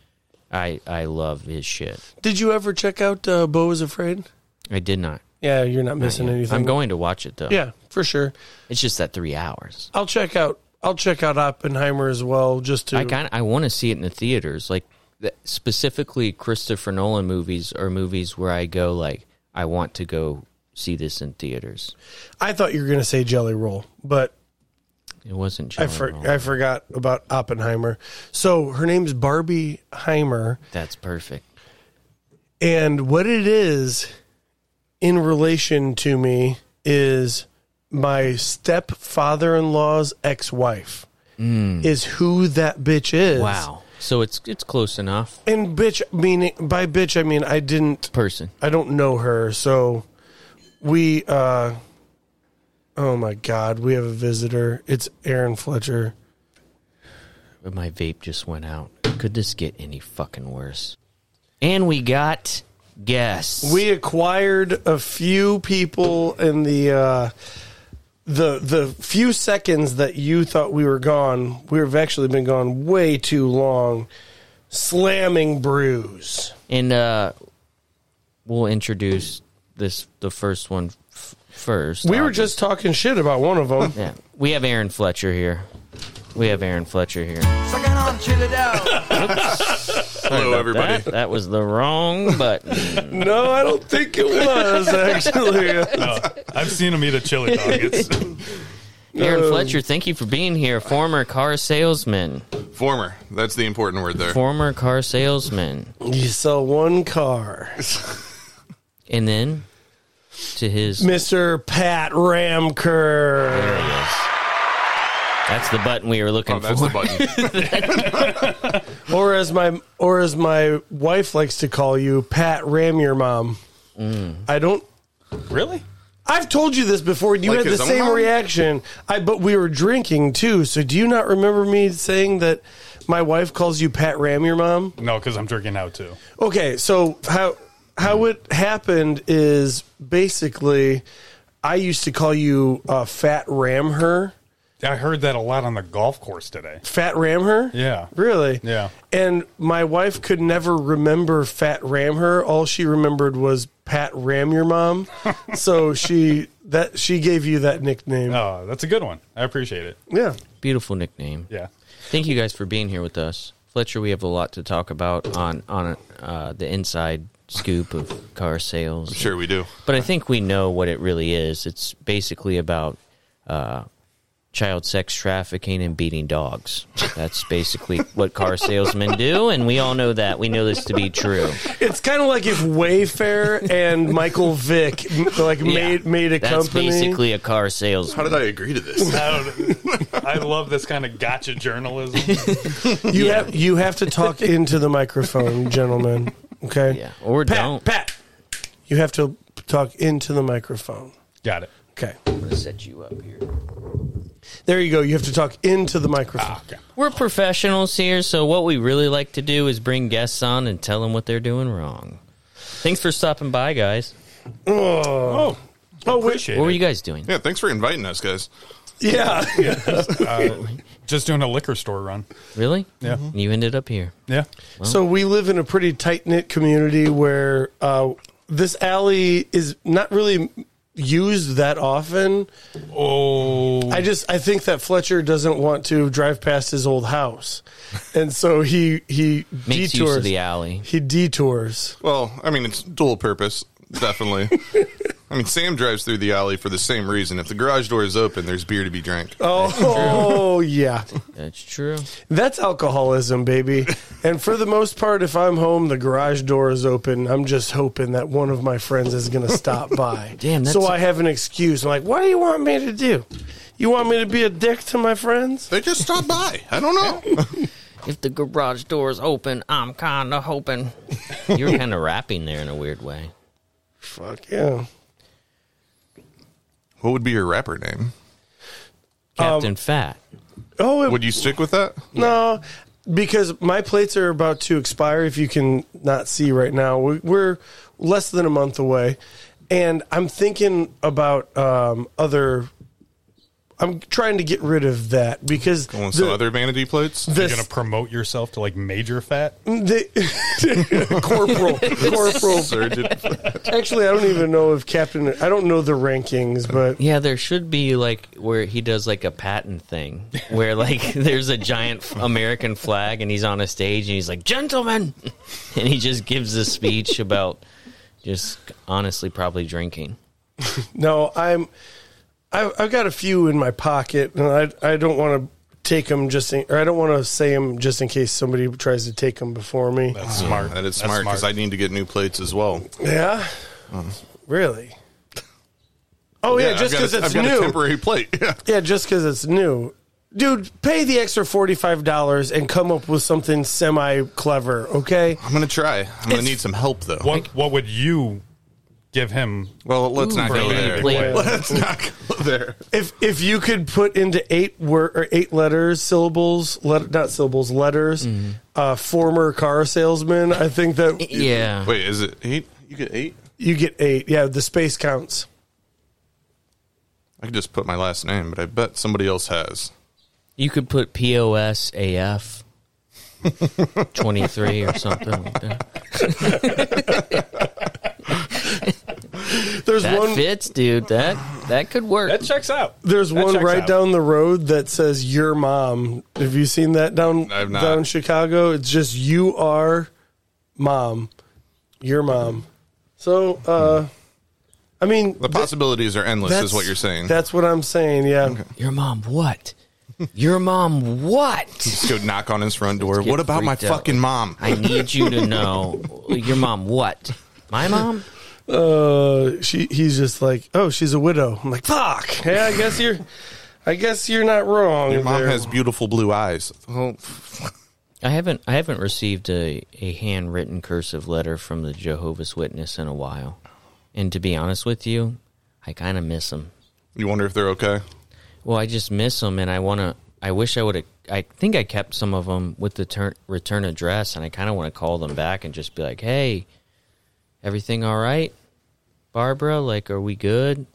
S3: I I love his shit.
S2: Did you ever check out uh, Bo is Afraid?
S3: I did not.
S2: Yeah, you're not missing anything.
S3: I'm going to watch it though.
S2: Yeah, for sure.
S3: It's just that three hours.
S2: I'll check out. I'll check out Oppenheimer as well, just to.
S3: I kind I want to see it in the theaters, like th- specifically Christopher Nolan movies or movies where I go like I want to go see this in theaters.
S2: I thought you were going to say Jelly Roll, but
S3: It wasn't.
S2: I,
S3: John
S2: for,
S3: Nolan.
S2: I forgot about Oppenheimer. So her name's Barbie Heimer,
S3: That's perfect.
S2: and what it is in relation to me is my stepfather-in-law's ex-wife is who that bitch is.
S3: Wow. So it's it's close enough.
S2: And bitch meaning by bitch I mean I didn't
S3: Person.
S2: I don't know her, so we uh oh my god, we have a visitor. It's Aaron Fletcher.
S3: But my vape just went out. Could this get any fucking worse? And we got guests.
S2: We acquired a few people in the uh the the few seconds that you thought we were gone, we've actually been gone way too long. Slamming brews.
S3: and uh, we'll introduce this the first one f- first.
S2: We were
S3: obviously.
S2: just talking shit about one of them.
S3: yeah. We have Aaron Fletcher here. We have Aaron Fletcher here.
S1: Suck it on, chill it out.
S4: Hello, everybody.
S3: That, that was the wrong button.
S2: no, I don't think it was actually.
S4: I've seen him eat a chili dog. It's
S3: Aaron Fletcher, thank you for being here. Former car salesman.
S4: former. That's the important word there.
S3: Former car salesman.
S2: You sell one car.
S3: And then to his
S2: Mr. Pat Ramker.
S3: There he is. That's the button we were looking
S4: Oh,
S3: for.
S4: that's the button.
S2: Or as my or as my wife likes to call you, Pat Ram your mom. I don't
S4: really?
S2: I've told you this before and you
S4: Like
S2: had the
S4: his own
S2: same
S4: mom?
S2: reaction. I but we were drinking too, so do you not remember me saying that my wife calls you Pat Ram your mom?
S5: No, because I'm drinking out too.
S2: Okay, so how how it happened is basically I used to call you uh, Fat Ram her.
S5: I heard that a lot on the golf course today.
S2: Fat Ram her?
S5: Yeah.
S2: Really?
S5: Yeah.
S2: And my wife could never remember Fat Ram her. All she remembered was Pat Ram your mom. so she that she gave you that nickname.
S5: Oh, that's a good one. I appreciate it.
S2: Yeah.
S3: Beautiful nickname.
S5: Yeah.
S3: Thank you guys for being here with us. Fletcher, we have a lot to talk about on on uh, the inside scoop of car sales.
S4: Sure, we do.
S3: But I think we know what it really is. It's basically about uh, child sex trafficking and beating dogs. That's basically what car salesmen do, and we all know that. We know this to be true.
S2: It's kind of like if Wayfair and Michael Vick like made made a
S3: That's
S2: company.
S3: basically a car salesman.
S4: How did I agree to this?
S5: I, don't- I love this kind of gotcha journalism.
S2: you have you have to talk into the microphone, gentlemen. Okay?
S3: Yeah, or
S2: Pat,
S3: don't.
S2: Pat. You have to talk into the microphone.
S5: Got it.
S2: Okay.
S3: I'm gonna set you up here.
S2: There you go. You have to talk into the microphone.
S3: We're professionals here, so what we really like to do is bring guests on and tell them what they're doing wrong. Thanks for stopping by, guys.
S5: Oh,
S2: Oh, wait.
S5: appreciate
S3: What were
S5: it.
S3: you guys doing?
S4: Yeah, thanks for inviting us, guys.
S2: Yeah.
S5: Uh, Just doing a liquor store run.
S3: Really?
S5: Yeah.
S3: And You ended up here.
S5: Yeah.
S2: So we live in a pretty tight knit community where uh, this alley is not really used that often.
S5: Oh,
S2: I just I think that Fletcher doesn't want to drive past his old house, and so he he
S3: Makes
S2: detours
S3: use of the alley.
S2: He detours.
S4: Well, I mean, it's dual purpose, definitely. I mean, Sam drives through the alley for the same reason. If the garage door is open, there's beer to be drank.
S2: Oh yeah,
S3: That's true.
S2: that's alcoholism, baby. And for the most part, if I'm home, the garage door is open. I'm just hoping that one of my friends is going to stop by.
S3: Damn, that's-
S2: so I have an excuse. I'm like, what do you want me to do? You want me to be a dick to my friends?
S4: They just stopped by. I don't know.
S3: If the garage door's open, I'm kind of hoping. you were kind of rapping there in a weird way.
S2: Fuck yeah.
S4: what would be your rapper name?
S3: Captain Fat.
S2: Oh, it,
S4: Would you stick with that?
S2: no. because my plates are about to expire if you can not see right now We- we're less than a month away and i'm thinking about um, other i'm trying to get rid of that because
S4: You want some
S2: the-
S4: other vanity plates?
S5: You're
S2: this,
S5: gonna promote yourself to like major fat.
S2: Mm, the corporal corporal
S4: Surgeon.
S2: actually i don't even know if captain i don't know the rankings but
S3: Yeah, there should be like where he does like a patent thing where like there's a giant f- American flag and he's on a stage and he's like, "Gentlemen," and he just gives a speech about just honestly probably drinking.
S2: No, I'm. I, I've got a few in my pocket, and I I don't want to take them just, in, or I don't want to say them just in case somebody tries to take them before me.
S5: That's smart.
S4: That is smart because I need to get new plates as well.
S2: Yeah, really. Oh yeah,
S4: I've
S2: just
S4: got
S2: because
S4: a-
S2: it's
S4: I've got a
S2: new.
S4: temporary plate. Yeah.
S2: Yeah, just because it's new. Dude, pay the extra forty five dollars and come up with something semi clever, okay?
S4: I'm gonna try. I'm gonna need some help though.
S5: What What would you give him?
S4: Well, let's not go
S5: for
S4: there.
S5: vanity plate?
S4: Let's not go there.
S2: If if you could put into eight word or eight letters, syllables, let, not syllables, letters,
S4: Mm-hmm.
S2: uh, former car salesman, I think that
S3: Yeah.
S4: Wait, is it eight? You get eight?
S2: You get eight. Yeah, the space counts.
S4: I could just put my last name, but I bet somebody else has.
S3: You could put POS AF 23 or something like that.
S2: There's
S3: That
S2: one.
S3: fits, dude. That that could work.
S5: That checks out.
S2: There's
S5: That
S2: one
S5: checks
S2: right
S5: out.
S2: down the road that says "Your Mom." Have you seen that down
S4: I've not.
S2: down Chicago? It's just "You are mom, your mom." So, uh, I mean,
S4: The possibilities are endless, is what you're saying.
S2: That's what I'm saying. Yeah,
S3: Your mom what? Your mom what?
S4: Just go knock on his front door. What about my
S3: freaked out.
S4: fucking mom?
S3: I need you to know. Your mom what? My mom?
S2: uh, she he's just like, "Oh, she's a widow." I'm like, "Fuck." Yeah, I guess you're. I guess you're not wrong.
S4: Your mom
S2: there.
S4: has beautiful blue eyes. Oh,
S3: I haven't I haven't received a, a handwritten cursive letter from the Jehovah's Witness in a while. And to be honest with you, I kind of miss them.
S4: you wonder if they're okay?
S3: Well, I just miss them, and I want to. I wish I would have. I think I kept some of them with the turn, return address, and I kind of want to call them back and just be like, "Hey, everything all right, Barbara? Like, are we good?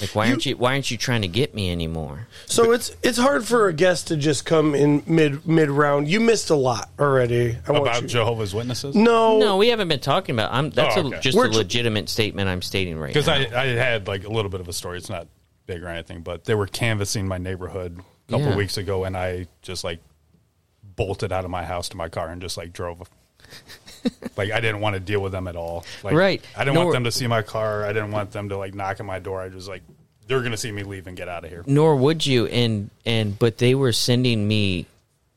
S3: Like, why aren't you? Why aren't you trying to get me anymore?
S2: So it's it's hard for a guest to just come in mid mid round. You missed a lot already. I want
S5: About
S2: you-
S5: Jehovah's Witnesses?
S2: No,
S3: No, we haven't been talking about. I'm that's
S5: Oh, okay.
S3: a, just
S2: We're
S3: a
S2: tr-
S3: legitimate statement I'm stating right
S5: Because
S3: now.
S5: I, I had like a little bit of a story. It's not big or anything, but they were canvassing my neighborhood a couple
S3: Yeah.
S5: weeks ago, and I just like bolted out of my house to my car and just like drove. like I didn't want to deal with them at all. Like,
S3: Right.
S5: I didn't
S3: No,
S5: want
S3: we're-
S5: them to see my car. I didn't want them to like knock on my door. I just like they're gonna see me leave and get out of here.
S3: Nor would you, and and but they were sending me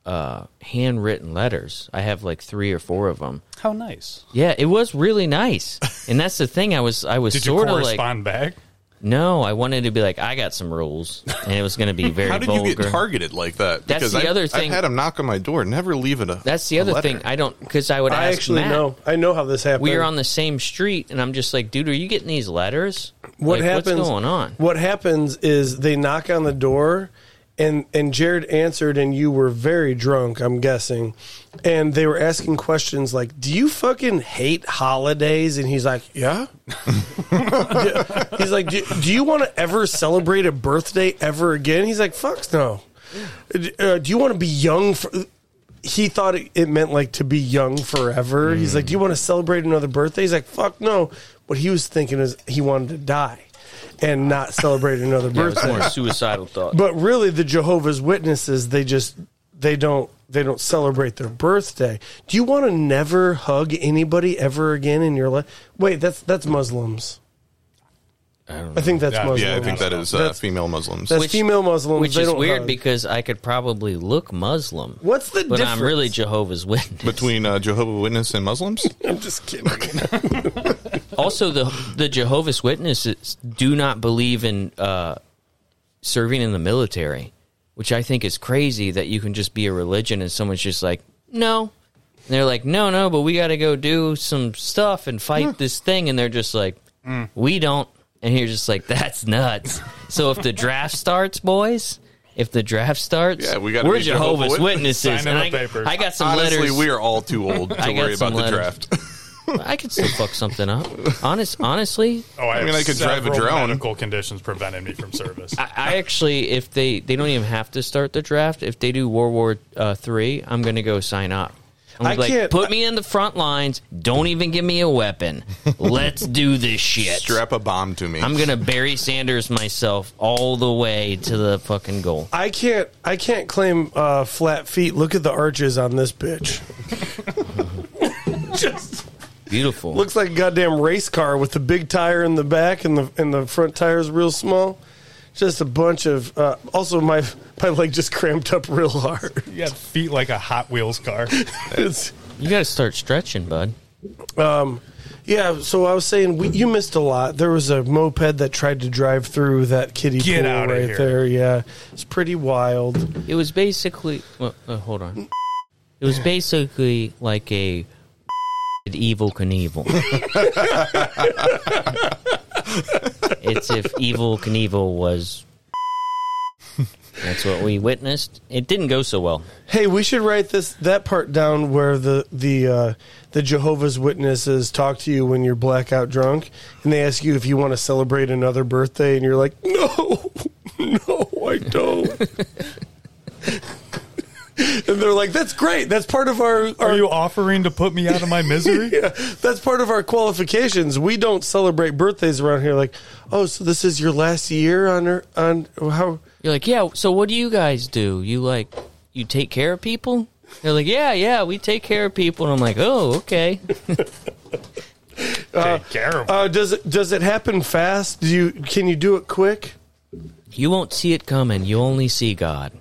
S3: uh handwritten letters. I have like three or four of them.
S5: How nice.
S3: Yeah, it was really nice, and that's the thing. I was, I was
S5: Did
S3: sort
S5: you
S3: of like,
S5: correspond back?
S3: no, I wanted to be like, I got some rules, and it was going to be very
S4: How did
S3: vulgar.
S4: you get targeted like that?
S3: That's the
S4: I've,
S3: other
S4: I've
S3: thing-
S4: had him knock on my door. Never leaving a.
S3: that's the
S4: a
S3: other
S4: letter.
S3: thing. I don't because I would
S2: I
S3: ask
S2: actually
S3: Matt.
S2: know. I know how this happened.
S3: We are on the same street, and I'm just like, dude, are you getting these letters?
S2: what
S3: Like,
S2: happens.
S3: What's going on?
S2: What happens is they knock on the door, and and Jared answered, and you were very drunk, I'm guessing, and they were asking questions like, "Do you fucking hate holidays?" And he's like, "Yeah." Yeah. He's like, "Do, do you want to ever celebrate a birthday ever again?" He's like, "Fuck no." Uh, do you want to be young? For, he thought it, it meant like to be young forever. He's like, "Do you want to celebrate another birthday?" He's like, "Fuck no." What he was thinking is he wanted to die and not celebrate another
S3: That was
S2: birthday.
S3: more suicidal thought.
S2: but really, the Jehovah's Witnesses they just they don't they don't celebrate their birthday. Do you want to never hug anybody ever again in your life? Wait, that's that's Muslims. I,
S3: don't
S2: think that's
S5: Yeah, yeah, I
S2: Muslims.
S4: Yeah, I think that is uh,
S2: That's-
S4: female Muslims.
S2: that's
S3: Which-
S2: female Muslims.
S3: which
S2: they
S3: is
S2: don't
S3: weird
S2: hug.
S3: because I could probably look Muslim.
S2: What's the
S3: But
S2: difference
S3: I'm really Jehovah's Witness.
S4: Between uh, Jehovah Witness and Muslims?
S2: I'm just kidding.
S3: also the the Jehovah's Witnesses do not believe in uh, serving in the military, which I think is crazy that you can just be a religion and someone's just like, no. And they're like, no, no, but we got to go do some stuff and fight this thing, and they're just like, we don't. And you're just like, that's nuts. so if the draft starts, boys, if the draft starts,
S4: Yeah, we gotta
S3: we're
S4: be Jehovah's
S3: Jehovah's
S4: Witness.
S3: Witnesses. and
S5: Sign in
S3: I,
S5: the papers.
S3: I got some
S4: Honestly,
S3: letters.
S4: we are all too old to
S3: I got
S4: worry
S3: some
S4: about the
S3: letters.
S4: draft.
S3: I could still fuck something up. Honest, honestly,
S5: Oh, I,
S4: mean,
S5: have
S4: I could drive a
S5: several
S4: drone.
S5: Medical conditions prevented me from service.
S3: I, I actually, if they they don't even have to start the draft, if they do World War uh, Three, I'm gonna go sign up. I'm
S2: I
S3: gonna be like,
S2: can't-
S3: put me in the front lines. Don't even give me a weapon. Let's do this shit.
S4: Strap a bomb to me.
S3: I'm gonna Barry Sanders myself all the way to the fucking goal.
S2: I can't. I can't claim uh, flat feet. Look at the arches on this bitch.
S3: Beautiful.
S2: Looks like a goddamn race car with the big tire in the back and the and the front tire's real small. Just a bunch of. Uh, also, my my leg just cramped up real hard.
S5: you got feet like a Hot Wheels car.
S2: It's,
S3: you gotta start stretching, bud.
S2: Um, yeah. So I was saying we, you missed a lot. There was a moped that tried to drive through that kiddie
S5: Get
S2: pool
S5: outta
S2: right
S5: here.
S2: there. Yeah, it's pretty wild.
S3: It was basically. Well, uh, hold on. It was basically like a evil Knievel. it's if evil Knievel was. That's what we witnessed. It didn't go so well.
S2: Hey, we should write this that part down where the the uh, the Jehovah's Witnesses talk to you when you're blackout drunk, and they ask you if you want to celebrate another birthday, and you're like, no, no, I don't. and they're like, that's great. That's part of our, our
S5: Are you offering to put me out of my misery?
S2: yeah, that's part of our qualifications. We don't celebrate birthdays around here. Like, oh, so this is your last year on ear- on how?
S3: You're like, yeah. So what do you guys do? You like, you take care of people? They're like, yeah, yeah, we take care of people. And I'm like, oh, okay.
S5: Take care of
S2: Uh, does it does it happen fast? Do you can you do it quick?
S3: You won't see it coming. You only see God.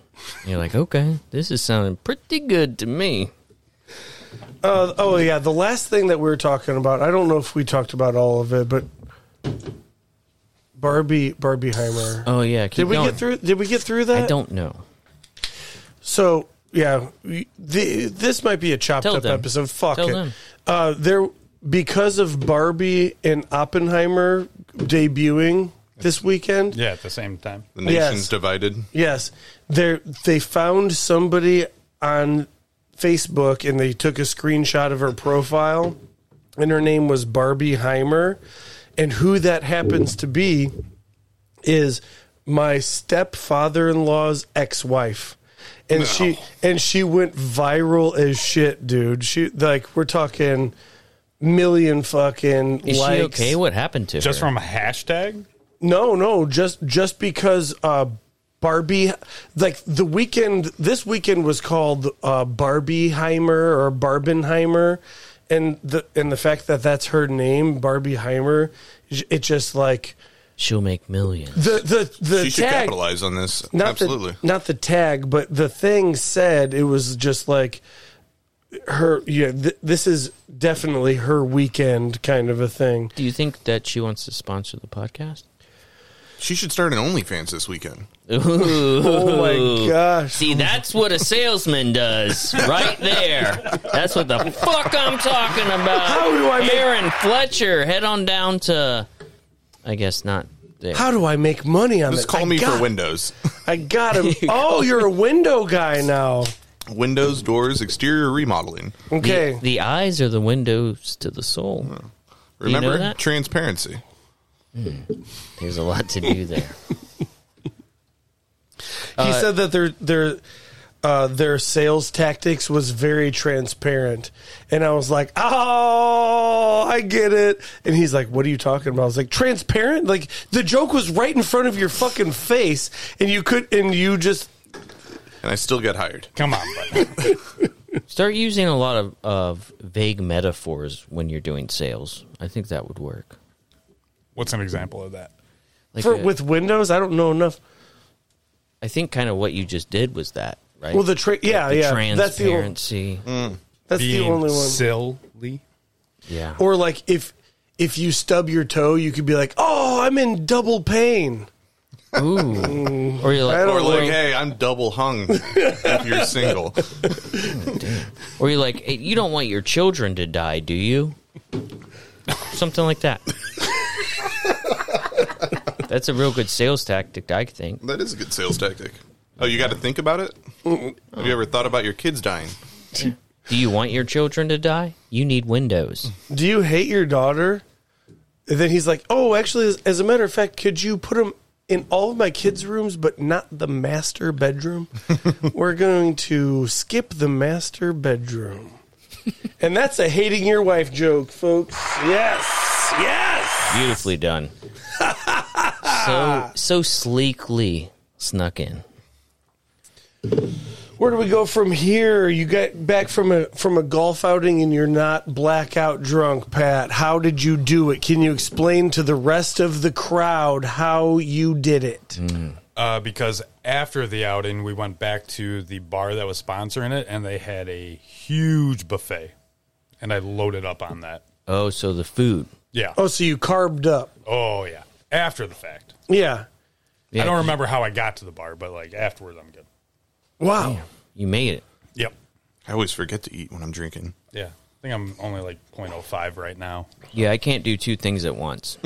S3: You're like, okay, this is sounding pretty good to me.
S2: Uh, oh yeah, the last thing that we were talking about. I don't know if we talked about all of it, but Barbie Barbieheimer.
S3: Oh yeah, keep
S2: did we
S3: going.
S2: get through? Did we get through that?
S3: I don't know.
S2: So yeah, we- the, this might be a chopped
S3: Tell
S2: up
S3: them.
S2: episode. Fuck
S3: Tell
S2: it.
S3: them.
S2: Uh, there because of Barbie and Oppenheimer debuting this weekend.
S5: Yeah, at the same time.
S4: the nation's
S2: yes.
S4: divided.
S2: Yes, they they found somebody on Facebook and they took a screenshot of her profile, and her name was Barbie Heimer, and who that happens to be is my stepfather-in-law's ex-wife. And she and she went viral as shit, dude. She like we're talking million fucking
S3: Is
S2: likes.
S3: she okay? What happened to
S5: Just
S3: her?
S5: from a hashtag?
S2: No, no, just just because uh Barbie like the weekend this weekend was called uh Barbieheimer or Barbenheimer and the and the fact that that's her name Barbieheimer it just like
S3: She'll make millions.
S2: the the the
S4: She should
S2: tag
S4: capitalize on this.
S2: not
S4: Absolutely.
S2: the not the tag but the thing said it was just like her yeah th- this is definitely her weekend kind of a thing
S3: Do you think that she wants to sponsor the podcast?
S4: she should start an OnlyFans this weekend.
S2: oh my gosh
S3: See, that's what a salesman does, right there. That's what the fuck I'm talking about.
S2: How do I make-
S3: Aaron Fletcher, head on down to, I guess not there.
S2: how do I make money on
S4: Just
S2: this?
S4: call
S2: I
S4: me
S2: got-
S4: for Windows.
S2: I got him. oh, you're a window guy now.
S4: Windows, doors, exterior remodeling.
S3: The-
S2: Okay.
S3: The, eyes are the windows to the soul. you
S4: Remember
S3: know that?
S4: transparency.
S3: There's a lot to do there.
S2: he
S3: uh,
S2: said that their their uh, their sales tactics was very transparent, and I was like, "Oh, I get it." And he's like, "What are you talking about?" I was like, "Transparent? Like the joke was right in front of your fucking face, and you could, and you just."
S4: And I still get hired.
S5: Come on, buddy.
S3: Start using a lot of, of vague metaphors when you're doing sales. I think that would work.
S5: What's an example of that?
S3: Like
S2: For,
S3: a-
S2: with Windows, I don't know enough.
S3: I think kind of what you just did was that, right?
S2: Well, the tra- yeah,
S3: The
S2: yeah, that's the Mm. o-
S3: transparency.
S2: that's the
S5: Being
S2: only one.
S5: silly.
S3: yeah.
S2: Or like if if you stub your toe, you could be like, "Oh, I'm in double pain."
S3: Ooh. or you're like,
S2: don't
S4: Or
S3: or,
S4: like, hey, I'm double hung if you're single.
S3: or you're like, hey, you don't want your children to die, do you? Something like that. that's a real good sales tactic, I think.
S4: That is a good sales tactic. Oh, you got to think about it? Have you ever thought about your kids dying?
S3: Do you want your children to die? You need windows.
S2: Do you hate your daughter? And then he's like, Oh, actually, as, as a matter of fact, could you put them in all of my kids' rooms, but not the master bedroom? We're going to skip the master bedroom. and that's a hating your wife joke, folks. Yes. Yes.
S3: Beautifully done. so so sleekly snuck in.
S2: Where do we go from here? You got back from a from a golf outing and you're not blackout drunk, Pat. How did you do it? Can you explain to the rest of the crowd how you did it?
S5: uh, because after the outing, we went back to the bar that was sponsoring it, and they had a huge buffet, and I loaded up on that.
S3: Oh, so the food.
S5: Yeah.
S2: Oh, so you carved up.
S5: Oh yeah. After the fact,
S2: Yeah.
S3: Yeah,
S5: I don't remember how I got to the bar, but like afterwards, I'm good.
S2: Wow.
S3: You made it.
S5: Yep.
S4: I always forget to eat when I'm drinking.
S5: Yeah. I think I'm only like 0.05 right now.
S3: Yeah, I can't do two things at once.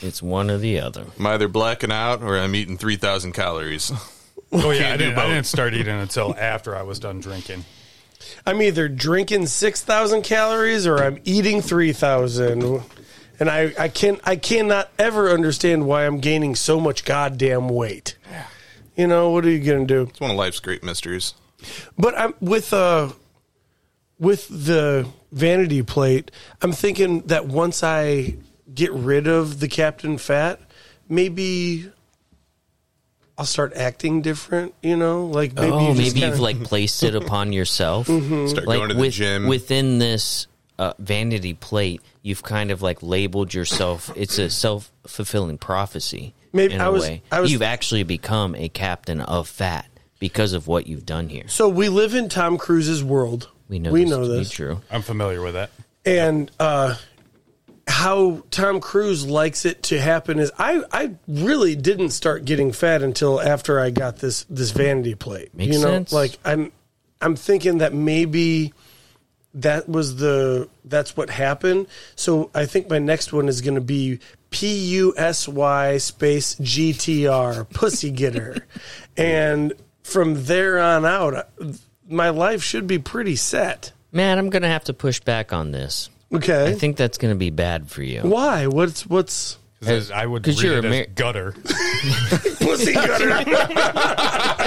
S3: it's one or the other.
S4: I'm either blacking out or I'm eating 3,000 calories.
S5: Oh yeah, I
S4: do
S5: didn't, I
S4: both.
S5: didn't start eating until after I was done drinking.
S2: I'm either drinking six thousand calories or I'm eating three thousand, and I I can I cannot ever understand why I'm gaining so much goddamn weight. You know what are you gonna do?
S4: It's one of life's great mysteries.
S2: But I'm with uh with the vanity plate. I'm thinking that once I get rid of the Captain Fat, maybe. I'll start acting different, you know, like maybe
S3: oh,
S2: you just
S3: maybe
S2: kinda- Mm-hmm.
S3: you've like placed it upon yourself.
S4: Start
S3: Like
S4: going to the
S3: with,
S4: gym.
S3: within this uh, vanity plate, you've kind of like labeled yourself. It's a self fulfilling prophecy.
S2: Maybe
S3: in
S2: I
S3: a
S2: was-
S3: way.
S2: I was-
S3: you've actually become a captain of fat because of what you've done here.
S2: So we live in Tom Cruise's world.
S3: We know
S2: We
S3: this
S2: know
S3: to
S2: this.
S3: be true.
S5: I'm familiar with that.
S2: And uh, how Tom Cruise likes it to happen is I, I really didn't start getting fat until after I got this this vanity plate.
S3: Makes
S2: you know,
S3: sense.
S2: like I'm I'm thinking that maybe that was the that's what happened. So I think my next one is going to be P U S Y space G T R pussy getter, and from there on out, uh, my life should be pretty set.
S3: Man, I'm gonna have to push back on this.
S2: Okay,
S3: I think that's gonna be bad for you.
S2: why? What's what's
S5: 'Cause I would
S3: 'cause
S5: read
S3: you're
S5: it as
S3: Amer-
S5: gutter.
S2: pussy gutter?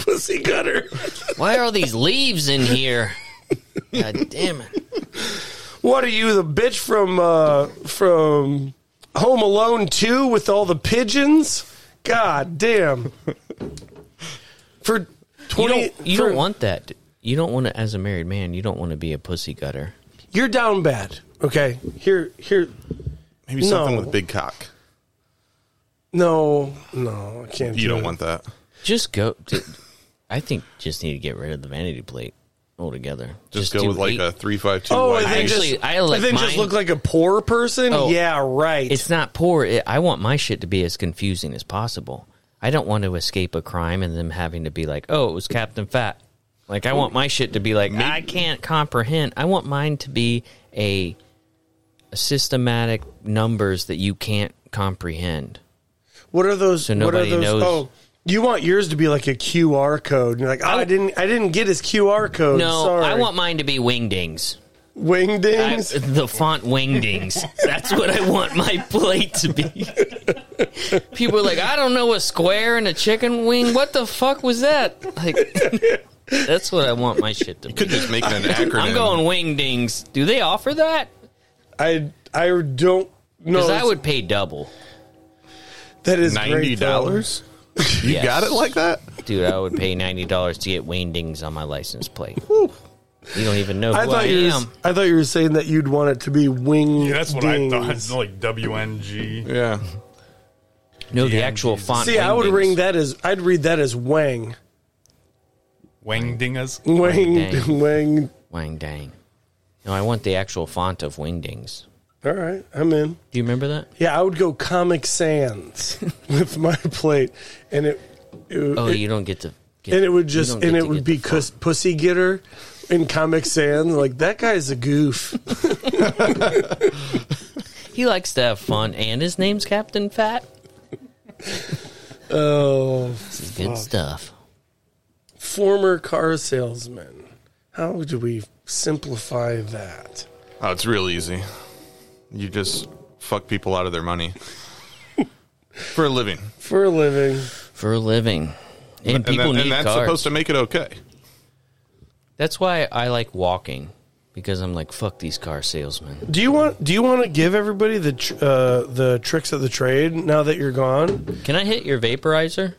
S2: pussy gutter.
S3: Why are all these leaves in here? God damn it!
S2: What are you, the bitch from uh, from Home Alone Two with all the pigeons? God damn. For
S3: You
S2: twenty,
S3: don't, you
S2: for-
S3: don't want that. You don't want to, as a married man, you don't want to be a pussy gutter.
S2: You're down bad. Okay, here, here.
S4: Maybe
S2: No.
S4: something with big cock.
S2: No, no, I can't.
S4: You
S2: do
S4: don't
S2: it.
S4: want that.
S3: Just go. To, I think just need to get rid of the vanity plate altogether.
S4: Just, go
S3: do
S4: with like
S3: eight-
S4: a 352.
S2: Oh,
S4: wide
S2: and then
S4: range.
S3: Actually,
S2: just,
S3: I
S2: and
S3: like
S2: then just
S3: mine.
S2: look like a poor person.
S3: Oh.
S2: yeah, right.
S3: It's not poor. It, I want my shit to be as confusing as possible. I don't want to escape a crime and them having to be like, "Oh, it was Captain Fat." Like I want my shit to be like, "I can't comprehend." I want mine to be a, a systematic numbers that you can't comprehend.
S2: What are those?
S3: So
S2: what are
S3: nobody
S2: those?
S3: knows.
S2: Oh, you want yours to be like a QR code? And you're like, oh, I, didn't, I didn't get his QR code.
S3: No,
S2: sorry.
S3: I want mine to be wingdings. I-
S2: wingdings.
S3: the font wingdings. That's what I want my plate to be. People are like, I don't know a square and a chicken wing. What the fuck was that? Like, that's what I want my shit to be.
S4: Could just make it an acronym.
S3: I'm going wingdings. Do they offer that?
S2: I, I don't know.
S3: Because I would pay double,
S2: That is great,
S4: $90? You
S3: Yes.
S4: got it like that?
S3: dude. I would pay ninety dollars to get wingdings on my license plate. You don't even know who
S2: though.
S3: I,
S2: I thought you.
S3: am.
S2: Were, I thought you were saying that you'd want it to be wing.
S5: Yeah, that's what I thought. It's like WNG.
S4: Yeah.
S3: no, the actual font.
S2: See, I would
S3: Wingdings.
S2: ring that as. I'd read that as wang.
S5: Wang dingas.
S2: Wang.
S3: dang.
S2: Wang.
S3: Wang dang. No, I want the actual font of wingdings.
S2: All right, I'm in.
S3: Do you remember that?
S2: Yeah, I would go Comic Sans with my plate, and it. it
S3: Oh, you don't get to. Get,
S2: and it would
S3: you
S2: just
S3: don't
S2: and
S3: get
S2: it
S3: to
S2: would
S3: get the
S2: be cuss, pussy getter in Comic Sans. Like that guy's a goof.
S3: font. He likes to have fun, and his name's Captain Fat.
S2: Oh,
S3: This is good stuff.
S2: former car salesman. How do we simplify that?
S4: Oh, it's real easy. You just fuck people out of their money for a living,
S2: For a living,
S3: For a living. And
S4: and,
S3: people
S4: that- and
S3: need
S4: that's
S3: cars.
S4: supposed to make it okay.
S3: That's why I like walking because I'm like, fuck these car salesmen.
S2: do you want do you want to give everybody the tr- uh, the tricks of the trade now that you're gone?
S3: Can I hit your vaporizer?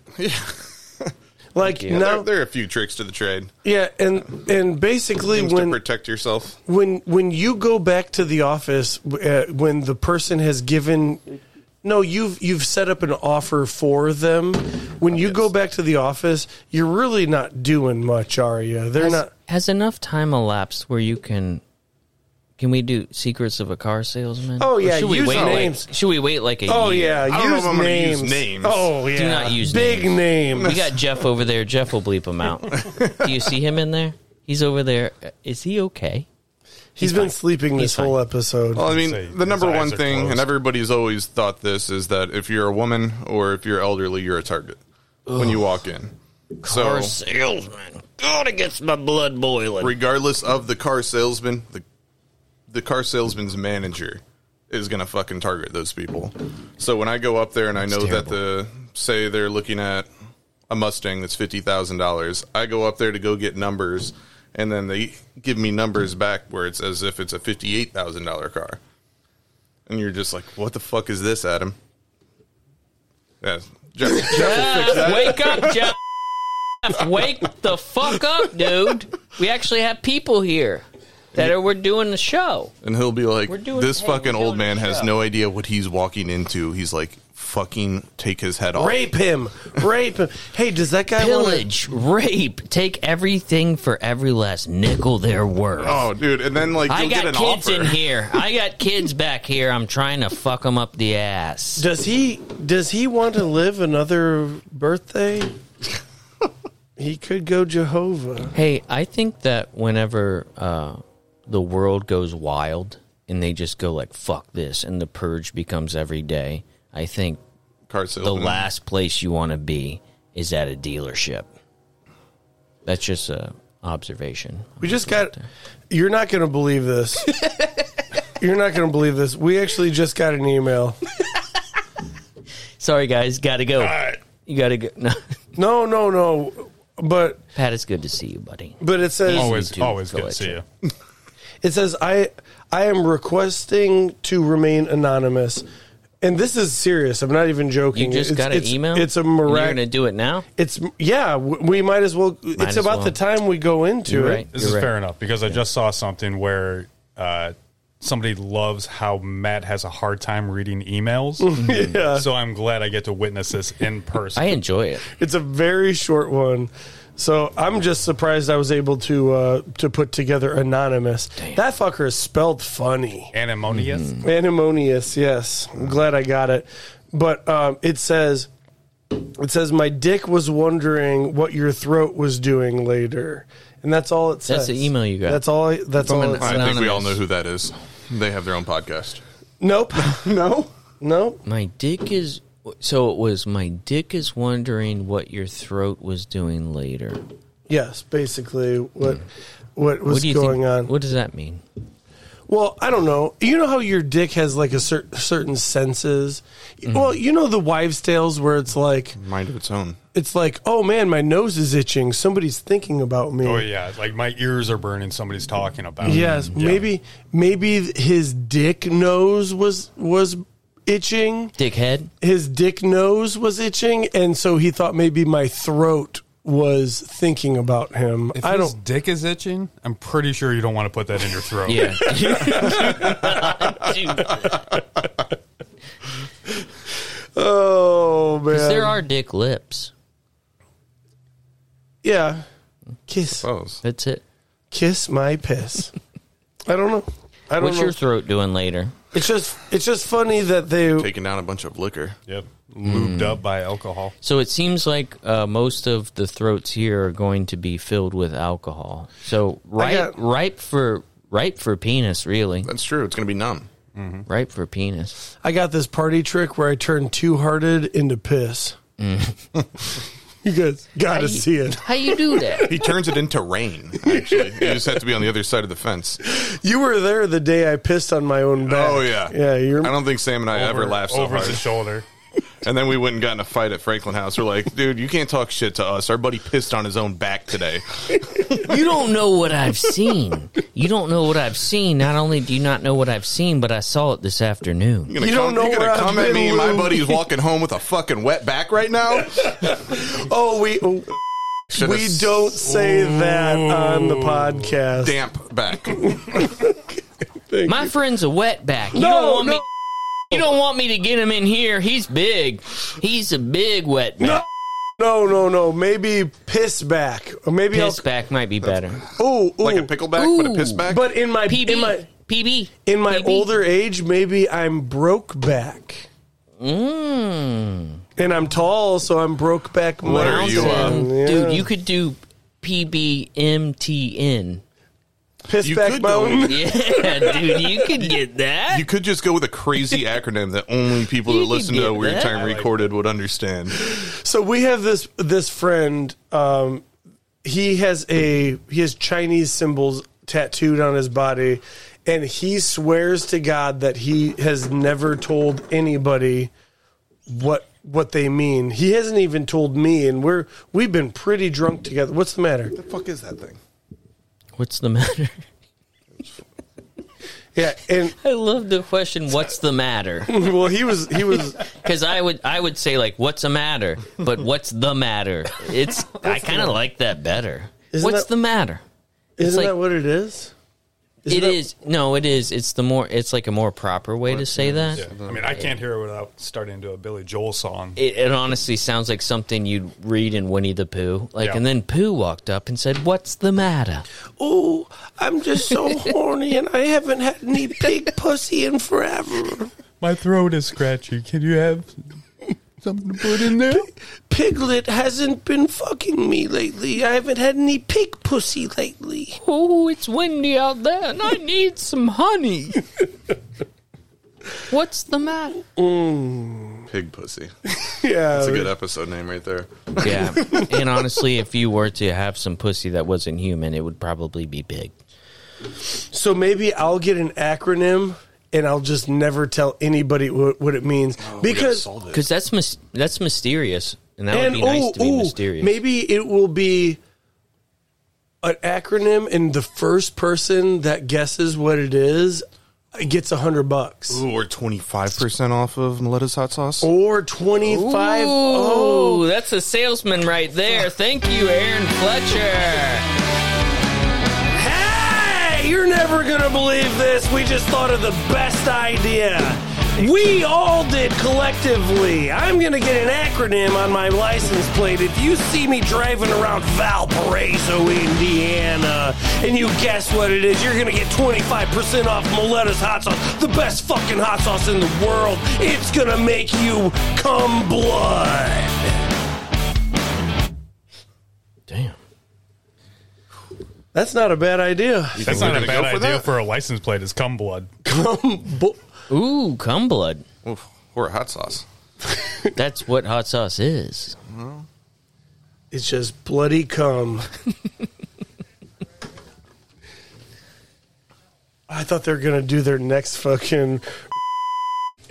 S2: Like
S3: you.
S4: There,
S2: now,
S4: there are a few tricks to the trade.
S2: yeah, and and basically
S4: Things
S2: when
S4: to protect yourself.
S2: when when you go back to the office uh, when the person has given no you've you've set up an offer for them when you go back to the office you're really not doing much are you they're
S3: Has,
S2: not
S3: has enough time elapsed where you can. Can we do secrets of a car salesman?
S2: Oh,
S3: Or
S2: yeah,
S3: should we
S2: use
S3: wait
S2: names.
S3: Like, should we wait like a
S2: oh
S3: year?
S2: yeah
S4: I don't know
S2: use
S4: if I'm gonna use
S2: names
S4: names.
S2: oh yeah
S3: not use
S2: big names,
S3: We got Jeff over there. Jeff will bleep him out. Do you see him in there? He's over there. Is he okay?
S2: he's been sleeping this
S3: He's fine.
S2: whole episode
S4: Well, I
S5: Say
S4: mean, the
S5: his
S4: number
S5: eyes
S4: one
S5: are
S4: thing, and
S5: closed.
S4: everybody's always thought this, is that if you're a woman or if you're elderly, you're a target when you walk in.
S3: Car
S4: So,
S2: Oh.
S3: salesman. God, it gets my blood boiling.
S4: regardless of the car salesman, the the car salesman's manager is gonna fucking target those people. So when I go up there and I know that the say they're looking at a Mustang that's fifty thousand dollars, I go up there to go get numbers, and then they give me numbers back where it's as if it's a fifty eight thousand dollar car, and you're just like, what the fuck is this, Adam? Yeah, Jeff, Jeff will fix that.
S3: Wake up, Jeff. Wake the fuck up, dude. We actually have people here that are we're doing the show.
S4: And he'll be like,
S3: We're doing-
S4: this
S3: hey,
S4: fucking
S3: we're
S4: old
S3: doing
S4: man
S3: a
S4: has
S3: show."
S4: no idea what he's walking into. He's like, fucking take his head off.
S2: rape him rape him hey does that guy want
S3: Pillage, rape, take everything for every last nickel they're worth.
S4: Oh, dude. And then, like,
S3: I
S4: you'll get
S3: got
S4: an
S3: kids
S4: offer.
S3: in here. I got kids back here. I'm trying to fuck them up the ass.
S2: does he does he want to live another birthday he could go jehovah
S3: Hey, I think that whenever uh, the world goes wild and they just go like "fuck this" and the purge becomes every day, I think
S4: Car
S3: the
S2: Mm-hmm.
S4: salesman.
S3: last place you want to be is at a dealership. That's just a observation.
S2: We just got. You're not going to believe this. you're not going to believe this. We actually just got an email.
S3: Sorry, guys, gotta go. You gotta go. No.
S2: No, no, no. But
S3: Pat, it's good to see you, buddy.
S2: but it says
S5: Always,
S3: too,
S5: always good to
S3: Felix.
S5: see you.
S2: it says I I am requesting to remain anonymous. And this is serious. I'm not even
S3: You
S2: joking.
S3: just
S2: It's-
S3: got an
S2: it's-
S3: email.
S2: It's a
S3: And You're gonna
S2: miraculous.
S3: do it now.
S2: It's yeah. w- We might as well. it's
S3: as
S2: about
S3: well.
S2: the time we go into
S3: You're
S2: it.
S3: right.
S5: This
S3: You're
S5: is
S3: right.
S5: fair enough because I just saw something where uh, somebody loves how Matt has a hard time reading emails.
S2: Yeah.
S5: So I'm glad I get to witness this in person.
S3: I enjoy it.
S2: It's a very short one. So I'm just surprised I was able to uh, to put together anonymous. That fucker is spelled funny.
S5: Anamonius.
S3: Mm-hmm.
S2: Anonymous, yes. I'm glad I got it. But um, it says it says my dick was wondering what your throat was doing later. And that's all it says.
S3: That's the email you got.
S2: That's all I, that's
S3: From
S2: all
S3: an-
S2: it says.
S4: I think we
S3: Anonymous.
S4: all know who that is. They have their own podcast.
S2: Nope.
S4: No?
S2: nope.
S3: My dick is so it was my dick is wondering what your throat was doing later.
S2: Yes, basically what what was
S3: Hmm. What do you
S2: going
S3: think,
S2: on.
S3: What does that mean?
S2: Well, I don't know. You know how your dick has like a cer- certain senses.
S3: Mm-hmm.
S2: Well, you know the wives' tales where it's like
S4: Mind of its own.
S2: it's like, oh man, my nose is itching. Somebody's thinking about me.
S5: Oh yeah, like my ears are burning. Somebody's talking about.
S2: Yes,
S5: Yeah.
S2: maybe maybe his dick nose was was itching.
S3: Dickhead?
S2: His dick nose was itching, and so he thought maybe my throat was thinking about him.
S5: If
S2: I
S5: his
S2: don't.
S5: dick is itching, I'm pretty sure you don't want to put that in your throat.
S3: Yeah.
S2: Oh man,
S3: there are dick lips.
S2: yeah, kiss
S4: Oh.
S3: That's it.
S2: kiss my piss. I don't know. I don't
S3: What's
S2: know.
S3: your throat doing later?
S2: It's just it's just funny that they
S4: Taking down a bunch of liquor.
S5: Yep. Lubed up by alcohol.
S3: So it seems like uh, most of the throats here are going to be filled with alcohol. So ripe,
S2: got-
S3: ripe for ripe for penis, really.
S4: That's true. It's going to be numb.
S3: right? For a penis.
S2: I got this party trick where I turn two hearted into piss. you guys got to see it.
S3: How you do that?
S4: He turns it into rain. Actually, you just have to be on the other side of the fence.
S2: You were there the day I pissed on my own back.
S4: Oh yeah,
S2: yeah. You're
S4: I don't think Sam and I ever laughed so
S5: over
S4: hard.
S5: the shoulder.
S4: And then we went and got in a fight at Franklin House. We're like, dude, you can't talk shit to us. Our buddy pissed on his own back today.
S3: you don't know what I've seen. You don't know what I've seen. Not only do you not know what I've seen, but I saw it this afternoon.
S4: gonna
S2: You don't know
S4: you gonna
S2: where I've
S4: come at
S2: been,
S4: me and my
S2: Lou.
S4: buddy's walking home with a fucking wet back right now?
S2: oh we
S4: Should've
S2: we don't say that on the podcast.
S4: Damp back.
S3: My friend's a wetback. You don't
S2: No,
S3: want me.
S2: no,
S3: You don't want me to get him in here. He's big. He's a big wetback.
S2: no, no, no, no. Maybe piss back, or maybe
S3: Piss back might be better.
S2: I'll. Ooh, ooh.
S4: Like a pickleback, but a piss back?
S2: But in my
S3: PB.
S2: in my
S3: PB.
S2: in my
S3: PB.
S2: older age, maybe I'm broke back,
S3: Mm.
S2: and I'm tall, so I'm broke back.
S4: What are you, uh,
S2: mountain. Yeah.
S3: Dude, you could do PBMTN.
S2: piss
S4: you
S2: back
S4: could
S2: mountain?
S4: do
S3: Yeah, dude, you could get that.
S4: you could just go with a crazy acronym that only people
S3: You
S4: that
S3: could
S4: listen to
S3: get
S4: a weird
S3: that.
S4: time recorded would understand.
S2: So we have this this friend. Um, he has a he has Chinese symbols tattooed on his body, and he swears to God that he has never told anybody what what they mean. He hasn't even told me, and we're we've been pretty drunk together. What's the matter?
S4: The fuck is that thing?
S3: What's the matter?
S2: Yeah, and
S3: I love the question, what's the matter?
S2: well, he was he was
S3: Because I would I would say like what's a matter, but what's the matter? It's I kind of like that better.
S2: Isn't
S3: what's
S2: that-
S3: the matter?
S2: isn't
S3: like-
S2: that what it is? Isn't
S3: It
S2: that-
S3: is no, it is. It's the more. It's like a more proper way to say that.
S5: Yeah. I mean, I can't hear it without starting into a Billy Joel song.
S3: It, it honestly sounds like something you'd read in Winnie the Pooh. Like,
S5: Yeah.
S3: and then Pooh walked up and said, "What's the matter?"
S2: Oh, I'm just so horny, and I haven't had any big pussy in forever.
S5: My throat is scratchy. Can you have something to put in there?
S2: Piglet hasn't been fucking me lately. I haven't had any pig pussy lately.
S3: Oh, it's windy out there, and I need some honey. What's the matter?
S4: Pig pussy.
S2: Yeah.
S4: That's a good episode name right there.
S3: Yeah, and honestly, if you were to have some pussy that wasn't human, it would probably be big.
S2: So maybe I'll get an acronym and I'll just never tell anybody what, what it means
S3: Oh,
S2: because
S3: Because that's mys- that's mysterious, and that
S2: and
S3: would be nice
S2: oh,
S3: to be
S2: oh,
S3: mysterious.
S2: maybe it will be an acronym and the first person that guesses what it is gets a hundred bucks
S4: Ooh, or 25% off of Miletta's hot sauce.
S2: or 25 oh
S3: Ooh, that's a salesman right there. Thank you, Aaron Fletcher.
S2: Hey, you're never gonna believe this. We just thought of the best idea. We all did collectively. I'm gonna get an acronym on my license plate. If you see me driving around Valparaiso, Indiana, and you guess what it is, you're gonna get 25% off Miletta's hot sauce, the best fucking hot sauce in the world. It's gonna make you come blood.
S3: Damn.
S2: That's not a bad idea.
S5: That's
S4: We're
S5: not a
S4: gonna
S5: bad
S4: go for
S5: idea
S4: that?
S5: for a license plate. Is cum blood?
S2: Come blood.
S3: Ooh, cum blood.
S4: Oof, or a hot sauce.
S3: That's what hot sauce is.
S2: It's just bloody cum. I thought they were gonna do their next fucking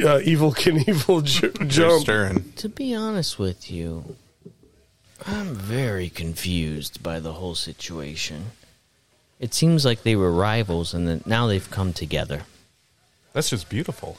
S2: uh, evil Knievel ju-
S4: You're
S2: jump.
S4: stirring.
S3: To be honest with you, I'm very confused by the whole situation. It seems like they were rivals, and then now they've come together.
S5: That's just beautiful.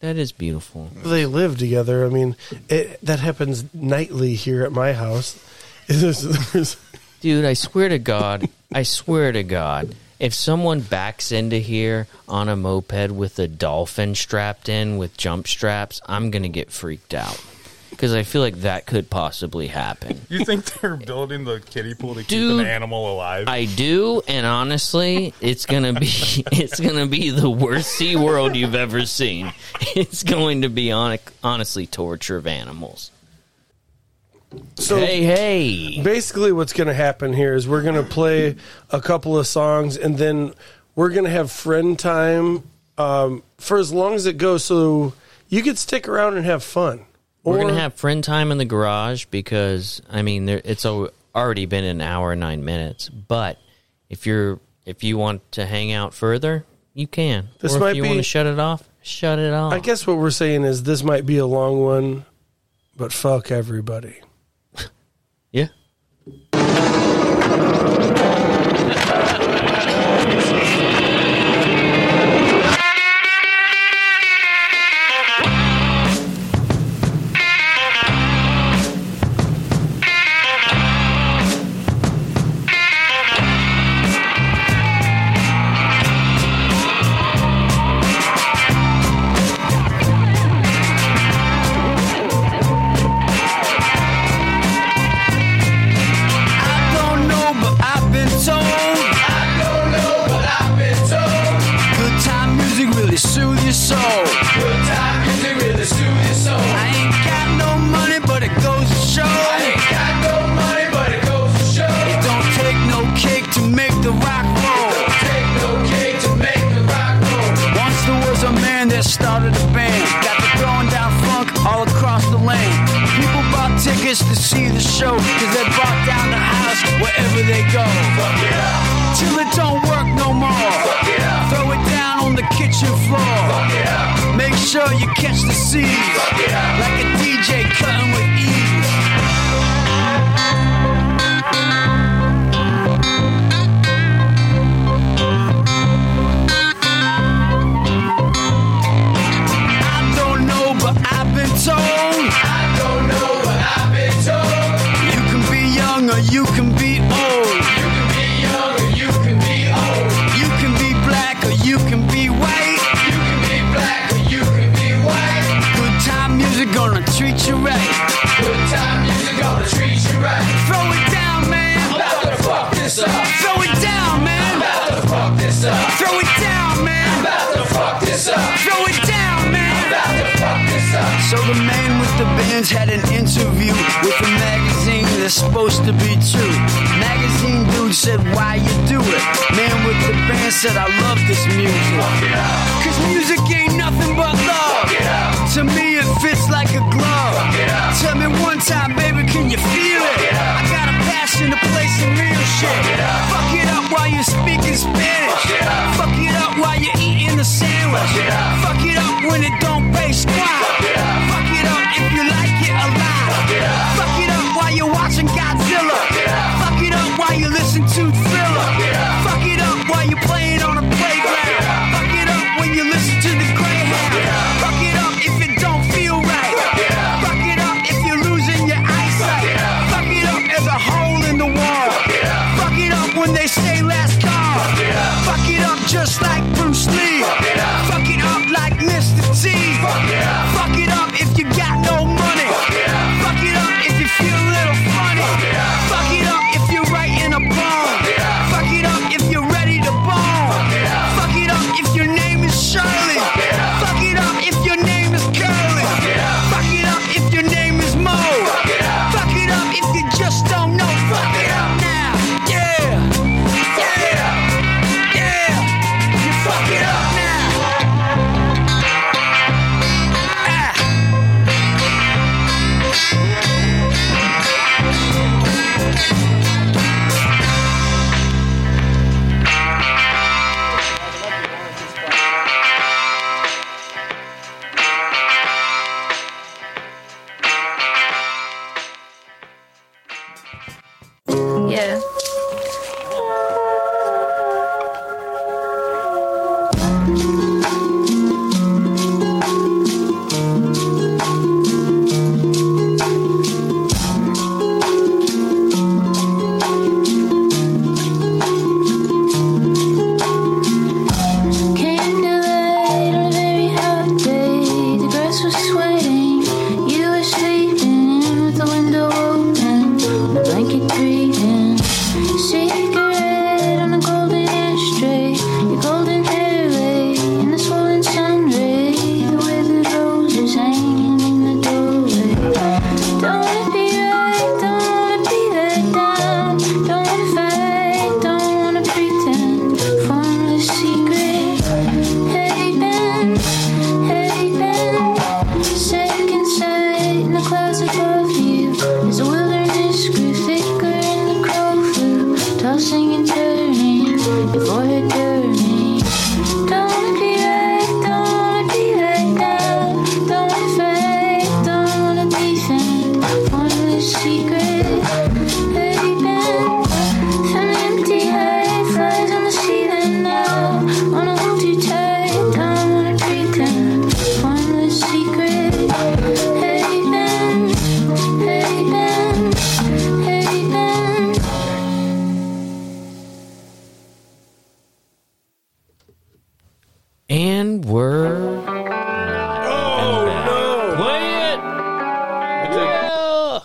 S3: That is beautiful.
S2: They live together. I mean, it, that happens nightly here at my house. There's- there's-
S3: Dude, I swear to God, I swear to God, if someone backs into here on a moped with a dolphin strapped in with jump straps, I'm going to get freaked out. Because I feel like that could possibly happen.
S5: You think they're building the kiddie pool to
S3: Dude,
S5: keep an animal alive?
S3: I do, and honestly, it's gonna be it's gonna be the worst Sea World you've ever seen. It's going to be on, honestly torture of animals.
S2: so
S3: hey, hey,
S2: basically, what's gonna happen here is we're gonna play a couple of songs, and then we're gonna have friend time um, for as long as it goes. So you could stick around and have fun.
S3: We're gonna have friend time in the garage because I mean, there, it's al- already been an hour and nine minutes. But if you're if you want to hang out further, you can.
S2: This
S3: or
S2: might
S3: if you
S2: be-
S3: want to shut it off, shut it off.
S2: I guess what we're saying is this might be a long one, but fuck everybody.
S3: yeah.
S1: I don't know, but I've been told. I don't know, but I've been told. Good time music really soothes your soul. Good time music really soothes your soul. I ain't got no money, but it goes to show. I ain't got no money, but it goes to show. It don't take no cake to make the rock roll. It don't take no cake to make the rock roll. Once there was a man that started a band, got the throwing down funk all across the land. People bought tickets to see the show, cause they brought down the house wherever they go. Fuck it up. Till it don't work no more. Fuck it up. Throw it down on the kitchen floor. Fuck it up. Make sure you catch the seeds. Fuck it up. Like a DJ cutting with ease. I don't know, but I've been told. I don't know, but I've been told. You can be young or you can be old. You can be young or you can be old. You can be black or you can be white. You can be black or you can be white. Good time music gonna treat you right. Good time music gonna treat you right. Throw it down, man. I'm about to fuck this up. Throw it down, man. I'm about to fuck this up. Throw it down, man. I'm about to fuck this up. Throw it down, man. I'm about to fuck this up. So the man with the bands had an interview with a magazine that's supposed to be true. Magazine dude said, Why you do it? Man with the band said, I love this music. Cause music ain't nothing but love. To me, it fits like a glove. Tell me one time, baby, can you feel it? I got a passion to play some real shit. Fuck it up while you're speaking Spanish. Fuck it up while you're eating a sandwich. Fuck it up when it don't pay squat. Fuck it up if you like it alive. Fuck it up while you're watching Godzilla. Fuck it up while you listen to Thriller. Fuck it up while you're playing on a playground. Fuck it up when you listen to the Greyhound. Fuck it up if it don't feel right. Fuck it up if you're losing your eyesight. Fuck it up as a hole in the wall. Fuck it up when they say last call. Fuck it up just like Bruce Lee. Fuck it up like Mr. T. Fuck it up if you got no money. Fuck it up if you feel a little funny. Fuck it up if you're writing a poem. Fuck it up if you're ready to bomb. Fuck it up if your name is Shirley. Fuck it up if your name is Curly. Fuck it up if your name is Mo. Fuck it up if you just don't know. Fuck it up now. Yeah. Yeah. Yeah. You fuck it up now. Ah.
S6: Yeah. Came too late on a very hot day. The grass was sweating. You were sleeping in with the window open, the blanket breathing. Cigarette on a golden ashtray. Your golden hair lay in the swollen sun ray. The withered roses hanging in the doorway. Don't wanna be right. Don't wanna be that dumb. Don't wanna fight. Don't wanna pretend. Formless secret. Hey, baby.
S2: Oh,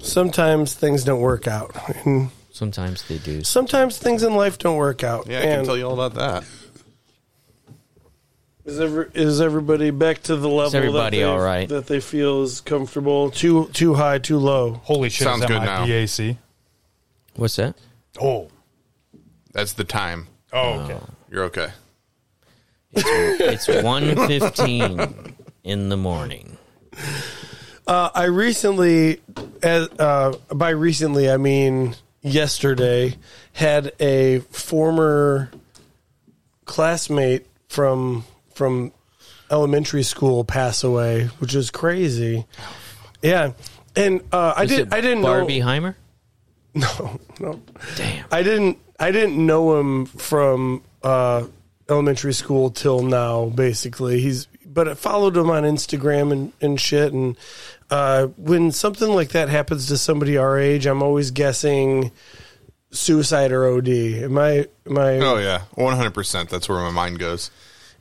S2: sometimes things don't work out. And
S3: Sometimes they do.
S2: sometimes things in life don't work out.
S4: Yeah, I can
S2: And
S4: tell you all about that.
S2: Is, every, is everybody back to the level
S3: everybody
S2: that, they,
S3: all right?
S2: that they feel is comfortable? Too too high, too low.
S5: Holy shit!
S4: Sounds
S5: is that
S4: good
S5: my
S4: now.
S5: PAC?
S3: What's that?
S5: Oh,
S4: That's the time.
S5: oh, okay.
S4: You're okay.
S3: It's 1.15 in the morning.
S2: Uh, I recently, as, uh, by recently I mean yesterday, had a former classmate from from elementary school pass away, which is crazy. Yeah, and uh, I
S3: Oh. Is
S2: did.
S3: it
S2: I didn't
S3: Barbie
S2: know.
S3: Heimer?
S2: No, no.
S3: Damn.
S2: I didn't. I didn't know him from uh, elementary school till now. Basically, he's but I followed him on Instagram and and shit. And uh, when something like that happens to somebody our age, I'm always guessing suicide or OD. Am I? Am I?
S4: Oh yeah, 100. percent That's where my mind goes.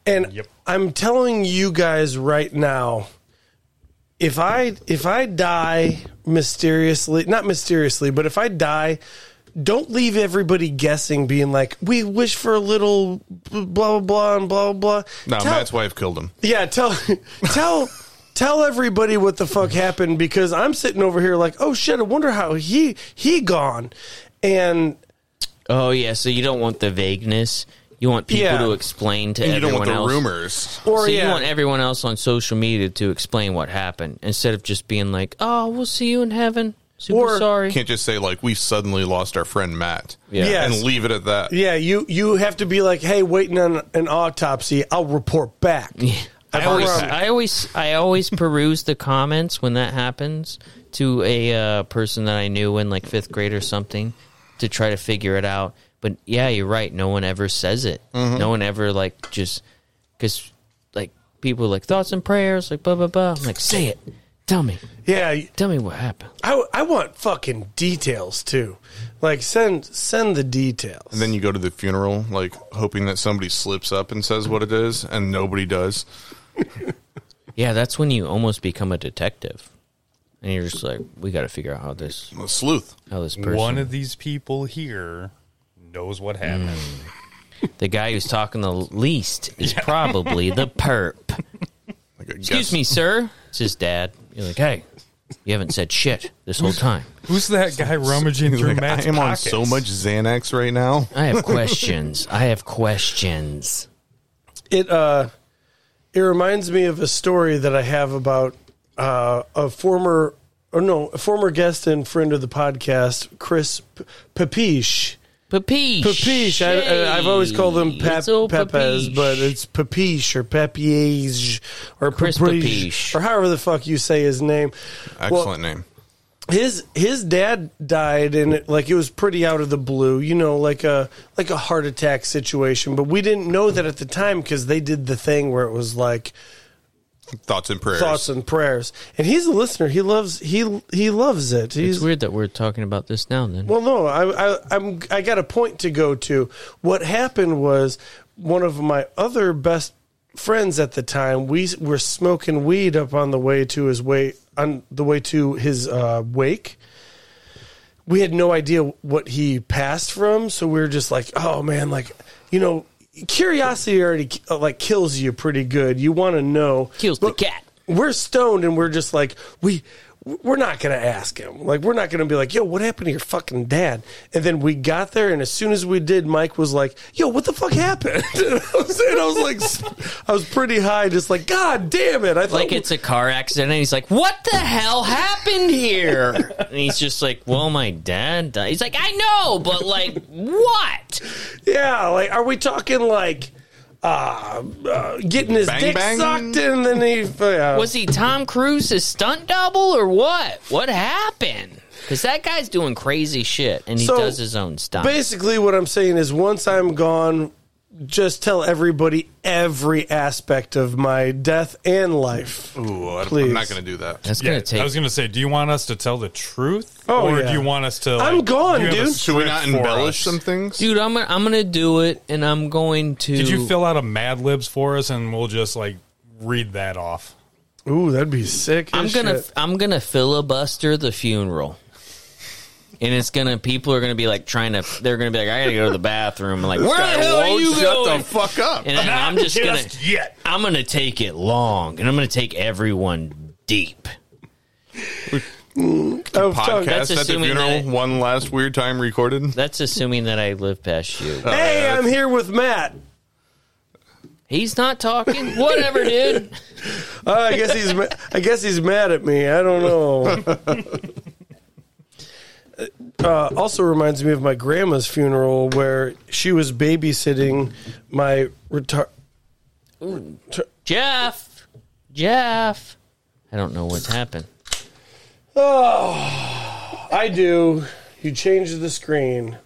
S2: And
S5: Yep.
S2: I'm telling you guys right now, if I if I die mysteriously, not mysteriously, but if I die, don't leave everybody guessing, being like, "We wish for a little blah blah blah and blah blah."
S4: No,
S2: Tell-
S4: Matt's wife killed him.
S2: yeah, tell tell tell everybody what the fuck happened because I'm sitting over here like, "Oh shit, I wonder how he he gone," and
S3: Oh, yeah, so you don't want the vagueness. You want people
S2: Yeah.
S3: to explain to
S4: You don't
S3: everyone
S4: want the
S3: else.
S4: rumors.
S2: or
S3: so
S2: yeah,
S3: you want everyone else on social media to explain what happened instead of just being like, "Oh, we'll see you in heaven." Super
S2: Or-
S3: sorry.
S4: Can't just say like we suddenly lost our friend Matt.
S3: Yeah.
S2: Yes.
S4: and leave it at that.
S2: Yeah, you you have to be like, hey, waiting on an autopsy. I'll report back.
S3: I
S2: I've
S3: always,
S2: already-
S3: I always, I always peruse the comments when that happens to a uh, person that I knew in like fifth grade or something to try to figure it out. But yeah, you're right. No one ever says it. No one ever like just because like people are like thoughts and prayers like blah blah blah. I'm like, say it. Tell me.
S2: yeah,
S3: Tell me what happened.
S2: I, I want fucking details too. Like send send the details.
S4: And then you go to the funeral, like hoping that somebody slips up and says what it is, and nobody does.
S3: Yeah, that's when you almost become a detective, and you're just like, we got to figure out how this
S4: A sleuth.
S3: how this person,
S5: One of these people here knows what happened.
S3: the guy who's talking the least, is probably the perp.
S4: Like a
S3: Excuse me, sir. It's his dad. You're like, hey, you haven't said shit this whole time.
S5: Who's that guy rummaging through
S4: Like, I
S5: Matt's
S4: am on
S5: pockets?
S4: so much Xanax right now.
S3: I have questions. I have questions.
S2: it uh it reminds me of a story that I have about uh, a former or no a former guest and friend of the podcast, Chris P- Papiche.
S3: Papiche.
S2: Papiche. I, I, I've always called him Pep,
S3: It's old
S2: Pepes,
S3: Papiche.
S2: but it's Papiche or Papiege or
S3: Chris
S2: Papiche,
S3: Papiche.
S2: or however the fuck you say his name. Uh, Well,
S4: Excellent name.
S2: his his dad died and it, like it was pretty out of the blue you know like a like a heart attack situation but we didn't know that at the time because they did the thing where it was like
S4: Thoughts and prayers.
S2: thoughts and prayers and he's a listener he loves he he loves it he's
S3: It's weird that we're talking about this now. Then
S2: well no I, I i'm i got a point to go to what happened was one of my other best friends at the time we s- were smoking weed up on the way to his way on the way to his uh, wake we had no idea what he passed from, so we were just like, oh man, like you know, curiosity already uh, like kills you pretty good. You want to know
S3: Kills the cat.
S2: We're stoned and we're just like we. We're not gonna ask him. Like we're not gonna be like, "Yo, what happened to your fucking dad?" And then we got there, and as soon as we did, Mike was like, "Yo, what the fuck happened?" and I was, and I was like, s- I was pretty high, just like, "God damn it!" I thought
S3: like it's a car accident, and he's like, "What the hell happened here?" and he's just like, "Well, my dad died." He's like, "I know, but like, what?"
S2: Yeah, like are we talking like uh, uh getting his
S4: Bang,
S2: dick
S4: bang?
S2: sucked and then he uh,
S3: Was he Tom Cruise's stunt double or what? What happened? Because that guy's doing crazy shit, and he
S2: So,
S3: does his own stuff.
S2: basically what I'm saying is once I'm gone just tell everybody every aspect of my death and life.
S4: Ooh, I-
S2: Please.
S4: I'm not going to do that.
S3: That's
S5: Yeah,
S3: gonna take.
S5: I was gonna say, do you want us to tell the truth,
S2: Oh,
S5: or
S2: yeah.
S5: do you want us to? Like,
S2: I'm gone,
S5: do you have a
S2: dude.
S4: Should we not
S5: script for
S4: embellish
S5: us?
S4: some things?
S3: Dude, I'm gonna, I'm gonna do it, and I'm going to.
S5: Did you fill out a Mad Libs for us, and we'll just like read that off?
S2: Ooh, that'd be sick.
S3: I'm
S2: as
S3: gonna
S2: shit.
S3: I'm gonna filibuster the funeral. and it's gonna people are gonna be like trying to they're gonna be like I gotta go to the bathroom like
S4: This
S3: where
S4: guy
S3: the hell are
S4: won't
S3: you
S4: shut
S3: going?
S4: the fuck up.
S3: and I, am just gonna
S5: Just yet.
S3: I'm gonna take it long and I'm gonna take everyone deep.
S2: I was
S4: Podcast
S2: talking-
S3: That's
S4: at the
S3: assuming
S4: funeral,
S3: that-
S4: one last weird time recorded.
S3: That's assuming that I live past you.
S2: hey, I'm here with Matt.
S3: He's not talking. Whatever, dude.
S2: Uh, I guess he's ma- I guess he's mad at me. I don't know. Uh, also reminds me of my grandma's funeral where she was babysitting my retar-
S3: Jeff. Jeff. I don't know what's happened.
S2: I do. You changed the screen.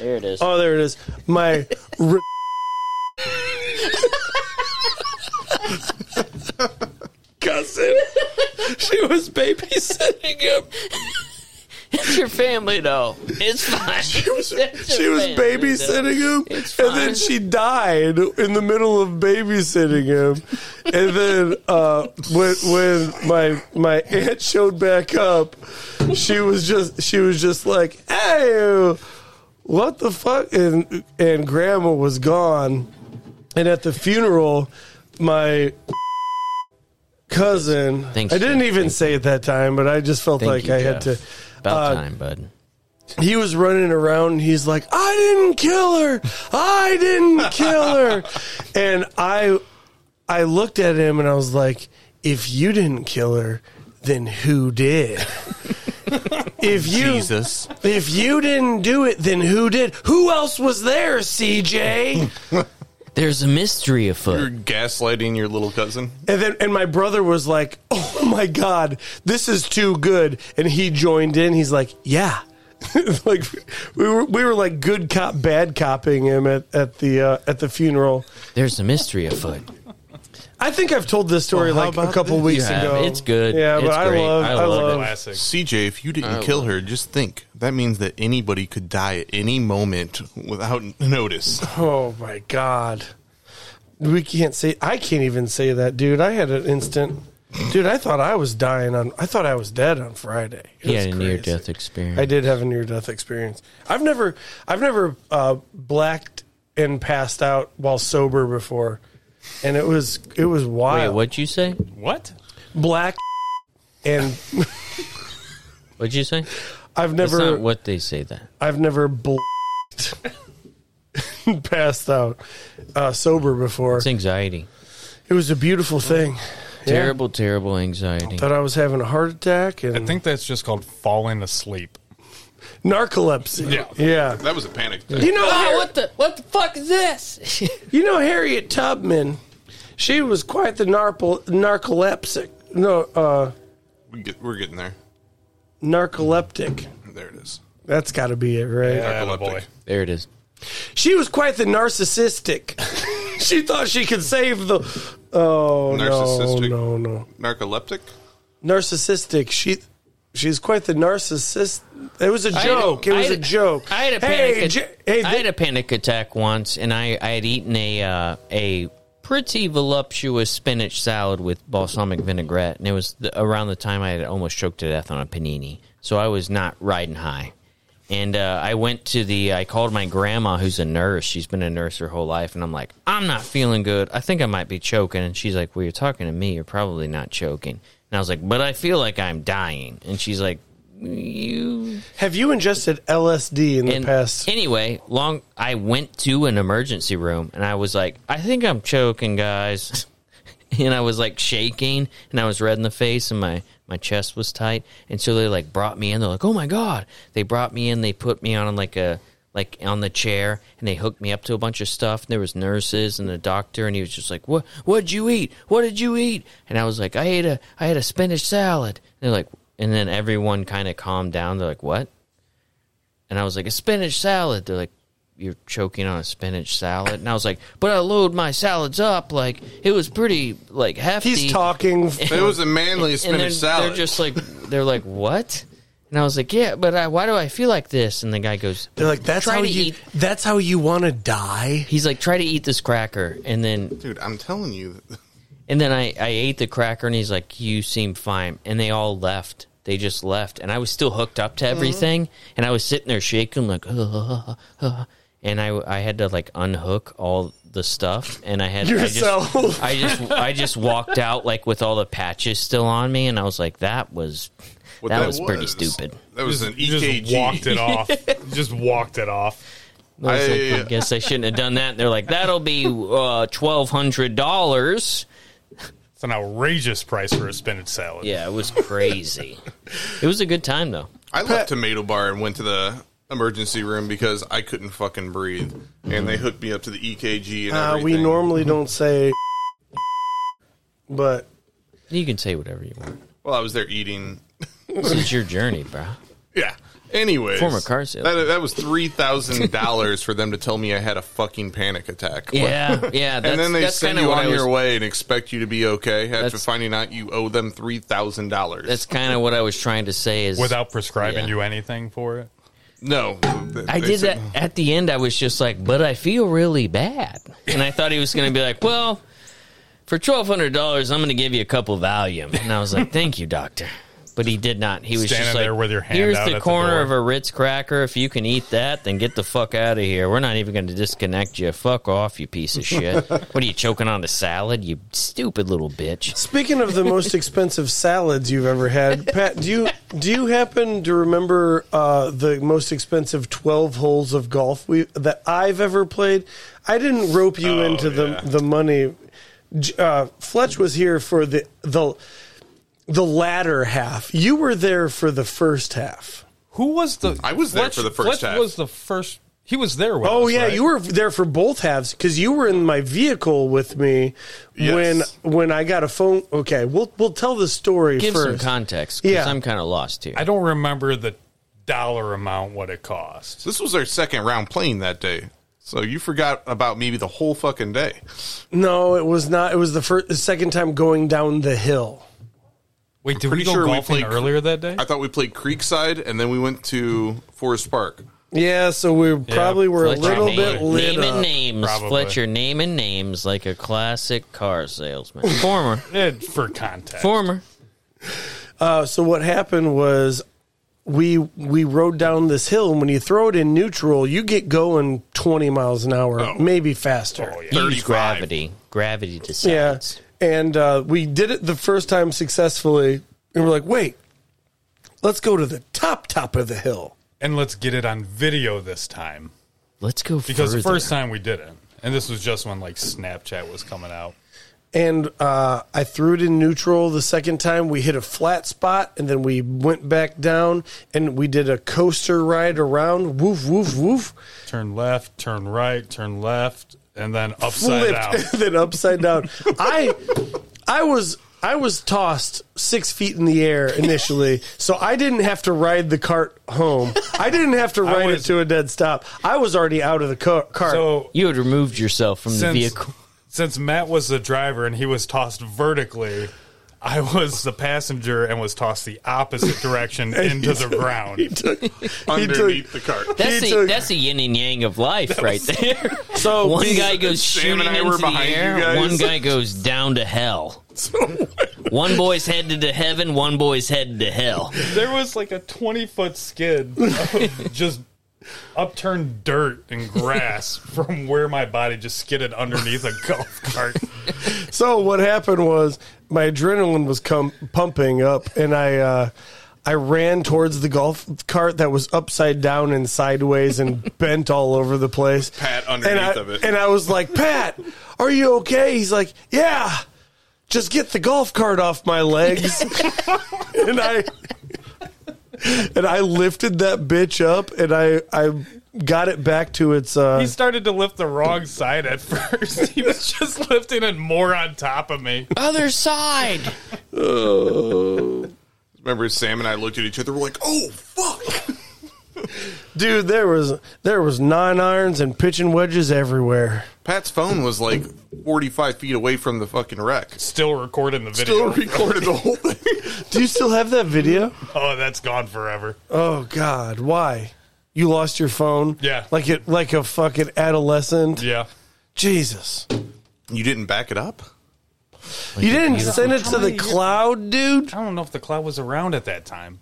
S3: There it is.
S2: Oh, there it is. My re- cousin. She was babysitting him.
S3: It's your family, though. It's fine. She was,
S2: She was babysitting him, and
S3: fine.
S2: then she died in the middle of babysitting him. And then uh, when when my my aunt showed back up, she was just she was just like, "Hey, what the fuck?" And and Grandma was gone. And at the funeral, my cousin.
S3: Thanks,
S2: I didn't
S3: Jeff.
S2: even say it that time, but I just felt
S3: Thank
S2: like
S3: you,
S2: I had
S3: Jeff.
S2: to
S3: About
S2: uh,
S3: time, bud.
S2: he was running around and he's like, I didn't kill her. I didn't kill her. and I I looked at him and I was like, if you didn't kill her, then who did? if you
S4: Jesus.
S2: if you didn't do it, then who did? Who else was there, CJ?
S3: There's a mystery
S4: You're
S3: afoot.
S4: gaslighting your little cousin.
S2: And then and my brother was like, "Oh my god, this is too good." And he joined in. He's like, "Yeah." like we were we were like good cop bad copying him at at the uh, at the funeral.
S3: There's a mystery afoot.
S2: I think I've told this story
S4: Well, how
S2: like a
S4: about
S2: couple
S4: this?
S2: weeks
S3: You have.
S2: ago.
S3: It's good.
S2: Yeah,
S3: It's
S2: but I
S3: great.
S2: love
S3: I
S2: I,
S3: love
S2: love
S5: Classic.
S4: CJ, if you didn't kill her, just think. That means that anybody could die at any moment without notice.
S2: Oh my god. We can't say I can't even say that, dude. I had an instant Dude, I thought I was dying on I thought I was dead on Friday. It
S3: He
S2: was
S3: had a near
S2: crazy.
S3: death experience.
S2: I did have a near death experience. I've never I've never uh, blacked and passed out while sober before, and it was it was
S3: Wait,
S2: wild.
S3: what'd you say?
S5: What?
S2: Black and
S3: What'd you say?
S2: I've
S3: That's
S2: never
S3: not what they say. That
S2: I've never blacked and passed out uh, sober before.
S3: it's anxiety.
S2: It was a beautiful thing. Yeah.
S3: Terrible, terrible anxiety.
S2: Thought I was having a heart attack and
S5: I think that's just called falling asleep.
S2: narcolepsy.
S5: Yeah.
S2: yeah.
S4: That was a panic.
S2: You know, Har-
S3: the Ah, what the fuck is this?
S2: You know Harriet Tubman, she was quite the narpo- narcoleptic. No, uh,
S4: We get, we're getting there.
S2: narcoleptic.
S4: There it is.
S2: That's got to be it, right?
S5: Atta boy.
S4: Narcoleptic.
S3: there it is.
S2: She was quite the narcissistic. she thought she could save the. Oh
S4: Narcissistic?
S2: no, no, no,
S4: Narcoleptic?
S2: narcissistic. She. She's quite the narcissist. It was a
S3: I had a-
S2: joke. it
S3: I
S2: was
S3: had
S2: a joke.
S3: I had a
S2: hey,
S3: panic. at-
S2: J- hey,
S3: I had a panic attack once, and I, I had eaten a uh, a pretty voluptuous spinach salad with balsamic vinaigrette, and it was the, around the time I had almost choked to death on a panini. So I was not riding high, and uh, I went to the. I called my grandma, who's a nurse. She's been a nurse her whole life, and I'm like, I'm not feeling good. I think I might be choking, and she's like, Well, you're talking to me. You're probably not choking. And I was like, But I feel like I'm dying, and she's like. You
S2: have you ingested LSD in the
S3: and
S2: past?
S3: Anyway, long I went to an emergency room and I was like, I think I'm choking, guys. and I was like shaking and I was red in the face and my my chest was tight. And so they like brought me in. They're like, "Oh my god!" They brought me in. They put me on like a like on the chair and they hooked me up to a bunch of stuff. And there was nurses and a doctor and he was just like, "What? What'd you eat? What did you eat?" And I was like, "I ate a I had a spinach salad." And they're like, and then everyone kind of calmed down. They're like, "What?" And I was like, a spinach salad. They're like, you're choking on a spinach salad. And I was like, but I load my salads up. Like, it was pretty, like, hefty.
S2: He's talking.
S4: It was a manly
S3: And
S4: spinach
S3: they're,
S4: salad.
S3: they're just like, they're like, what? And I was like, yeah, but I, why do I feel like this? And the guy goes,
S2: They're like, that's
S3: Try
S2: how
S3: to
S2: you.
S3: eat.
S2: That's how you want to die.
S3: he's like, try to eat this cracker. And then
S4: Dude, I'm telling you.
S3: And then I, I ate the cracker, and he's like, "You seem fine." And they all left. They just left, and I was still hooked up to everything, and I was sitting there shaking like, uh, uh, and I I had to like unhook all the stuff, and I had
S2: Yourself.
S3: I just, I just I just walked out like with all the patches still on me, and I was like, "That was
S4: What
S3: that, was, pretty stupid."
S4: That was an E
S5: You
S4: EKG.
S5: just walked it off. You just walked it off.
S3: I, was like,
S4: I-
S3: I guess I shouldn't have done that. And they're like, "That'll be uh, twelve hundred dollars."
S5: It's an outrageous price for a spinach salad.
S3: Yeah, it was crazy. it was a good time though.
S4: I left Tomato Bar and went to the emergency room because I couldn't fucking breathe, and they hooked me up to the EKG and
S2: Uh, we
S4: everything.
S2: normally don't say, but
S3: You can say whatever you want.
S4: Well, I was there eating.
S3: This is your journey, bro.
S4: Yeah. Anyways,
S3: Former car salesman.
S4: That, that was three thousand dollars for them to tell me I had a fucking panic attack.
S3: Yeah, yeah. That's,
S4: and then they
S3: that's kind
S4: send
S3: of
S4: you
S3: what
S4: on
S3: I
S4: your
S3: was.
S4: way and expect you to be okay after
S3: That's-
S4: finding out you owe them three thousand
S3: That's
S4: dollars.
S3: kind of what I was trying to say. Is
S5: Without prescribing
S3: Yeah.
S5: you anything for it.
S4: No, th-
S3: I
S4: they
S3: did
S4: said-
S3: that at the end. I was just like, but I feel really bad, and I thought he was going to be like, well, for twelve hundred dollars, I'm going to give you a couple Valium, and I was like, thank you, doctor. But he did not. He was
S5: Standing
S3: just like,
S5: there with your hand
S3: "Here's
S5: out at
S3: the
S5: the
S3: corner
S5: door."
S3: of a Ritz cracker. If you can eat that, then get the fuck out of here. We're not even going to disconnect you. Fuck off, you piece of shit. what are you choking on a salad? You stupid little bitch.
S2: Speaking of the most expensive salads you've ever had, Pat, do you do you happen to remember uh, the most expensive twelve holes of golf we that I've ever played? I didn't rope you
S3: Oh,
S2: into
S4: yeah.
S2: the the money. J- Uh, Fletch was here for the the the latter half. You were there for the first half.
S5: Who was the?
S4: I was there for the first
S5: Fletch
S4: half.
S5: Was the first? He was there. With
S2: Oh
S5: us,
S2: yeah,
S5: right?
S2: you were there for both halves because you were in my vehicle with me
S4: Yes.
S2: when when I got a phone. Okay, we'll we'll tell the story
S3: Give
S2: first.
S3: some context, because
S2: Yeah.
S3: I'm kind of lost here.
S5: I don't remember the dollar amount what it cost.
S4: This was our second round playing that day, so you forgot about me the whole fucking day.
S2: No, it was not. It was the first, the second time going down the hill.
S5: Wait, did
S4: pretty
S5: we go
S4: sure we
S5: golfing
S4: played-
S5: earlier that day?
S4: I thought we played Creekside, and then we went to Forest Park.
S2: Yeah, so we probably were a
S3: Fletcher
S2: little
S3: name,
S2: bit lit
S3: name
S2: up.
S3: and names.
S5: Probably.
S3: Fletcher name and names like a classic car salesman. Former,
S5: Eh, for context.
S3: former.
S2: Uh, so what happened was we we rode down this hill, and when you throw it in neutral, you get going twenty miles an hour, maybe faster.
S5: Oh, yeah.
S3: Use
S4: 35.
S3: gravity. Gravity
S2: Yeah.
S3: decides.
S2: And uh, we did it the first time successfully. And we're like, wait, let's go to the top, top of the hill.
S5: and let's get it on video this time
S3: Let's go
S5: because
S3: further.
S5: the first time we didn't, and this was just when like Snapchat was coming out.
S2: And uh, I threw it in neutral the second time. We hit a flat spot and then we went back down and we did a coaster ride around. Woof, woof, woof.
S5: Turn left, turn right, turn left, and then
S2: Flipped
S5: upside down.
S2: and then upside down. I, I was. I was tossed six feet in the air initially, so I didn't have to ride the cart home. I didn't have to ride
S5: was-
S2: it to a dead stop. I was already out of the car- cart.
S5: So
S3: you had removed yourself from the
S5: since
S3: vehicle.
S5: since Matt was the driver and he was tossed vertically. I was the passenger and was tossed the opposite direction into the ground.
S4: Underneath the cart.
S3: That's
S2: he
S3: the
S2: took-
S3: that's the yin and yang of life right there.
S2: So
S3: one
S2: we-
S3: guy goes
S4: Sam and
S3: shooting
S4: I
S3: into
S4: were
S3: the
S4: behind you
S3: air.
S4: guys.
S3: One guy goes down to hell. one boy's headed to heaven. One boy's headed to hell.
S5: There was like a 20 foot skid of just upturned dirt and grass from where my body just skidded underneath a golf cart.
S2: So what happened was my adrenaline was cum pumping up, and I uh, I ran towards the golf cart that was upside down and sideways and bent all over the place.
S4: Pat underneath
S2: and I,
S4: of it.
S2: and I was like, Pat, are you okay? He's like, Yeah, just get the golf cart off my legs, and I. And I lifted that bitch up, and I I got it back to its. Uh,
S5: He started to lift the wrong side at first. He was just lifting it more on top of me.
S3: Other side.
S4: Remember, Sam and I looked at each other. We're like, "Oh fuck!"
S2: dude, there was there was nine irons and pitching wedges everywhere.
S4: Pat's phone was like forty-five feet away from the fucking wreck.
S5: Still recording the
S4: Still
S5: video.
S4: recorded the whole thing.
S2: Do you still have that video?
S5: oh, that's gone forever.
S2: Oh God, why? You lost your phone?
S5: Yeah.
S2: Like it like a fucking adolescent.
S5: Yeah.
S2: Jesus.
S4: You didn't back it up.
S2: You didn't send it to
S5: How
S2: the
S5: many
S2: cloud, dude?
S5: I don't know if the cloud was around at that time.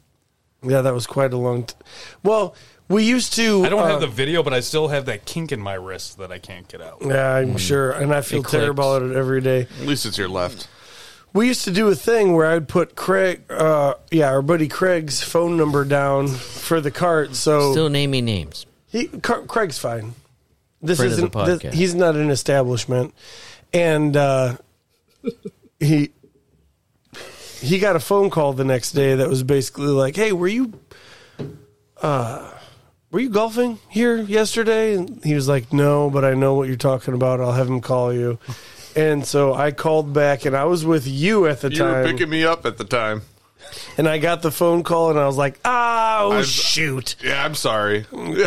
S2: Yeah, that was quite a long. T- well, we used to.
S5: I don't have
S2: uh,
S5: the video, but I still have that kink in my wrist that I can't get out.
S2: Yeah, I'm sure, and I feel
S3: Mm. It clicks.
S2: terrible at it every day.
S4: At least it's your left.
S2: We used to do a thing where I'd put Craig, uh, yeah, our buddy Craig's phone number down for the cart.
S4: Oh.
S2: So
S3: Still name me names.
S2: he, Car- Craig's fine. This
S3: Friend of the
S2: isn't. this-
S3: podcast.
S2: he's not an establishment, and uh, he he got a phone call the next day that was basically like, "Hey, were you uh, were you golfing here yesterday?" And he was like, "No, but I know what you're talking about. I'll have him call you." And so I called back, and I was with you at the
S4: You
S2: time
S4: were picking me up at the time.
S2: and I got the phone call, and I was like, "Oh
S4: I've-
S2: shoot!"
S4: Yeah, I'm sorry.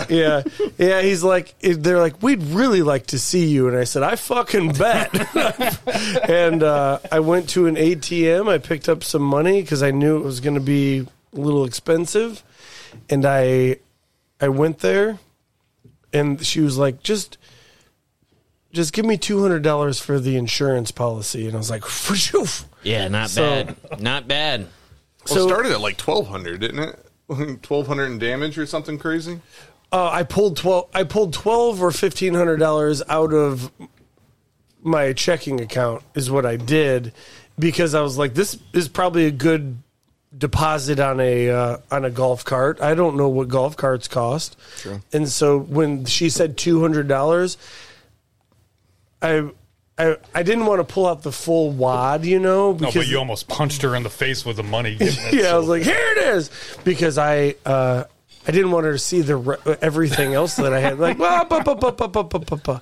S2: Yeah, yeah. He's like, "They're like, we'd really like to see you," and I said, "I fucking bet." and uh, I went to an ATM. I picked up some money because I knew it was going to be a little expensive, and I, I went there, and she was like, "Just." Just give me two hundred dollars for the insurance policy, and I was like, "Phew."
S3: Yeah, not bad. Not bad.
S4: Well, it started at like 1200, didn't it? 1200 in damage or something crazy?
S2: Uh, I pulled twelve. I pulled twelve or fifteen hundred dollars out of my checking account is what I did because I was like, this is probably a good deposit on a uh, on a golf cart. I don't know what golf carts cost, and so when she said two hundred dollars, I. I, I didn't want to pull out the full wad, you know,
S5: No,
S2: because
S5: but you almost punched her in the face with the money.
S2: yeah, I was like, here it is, because I uh, I didn't want her to see the re- everything else that I had, like bah, bah, bah, bah, bah, bah, bah, bah, bah.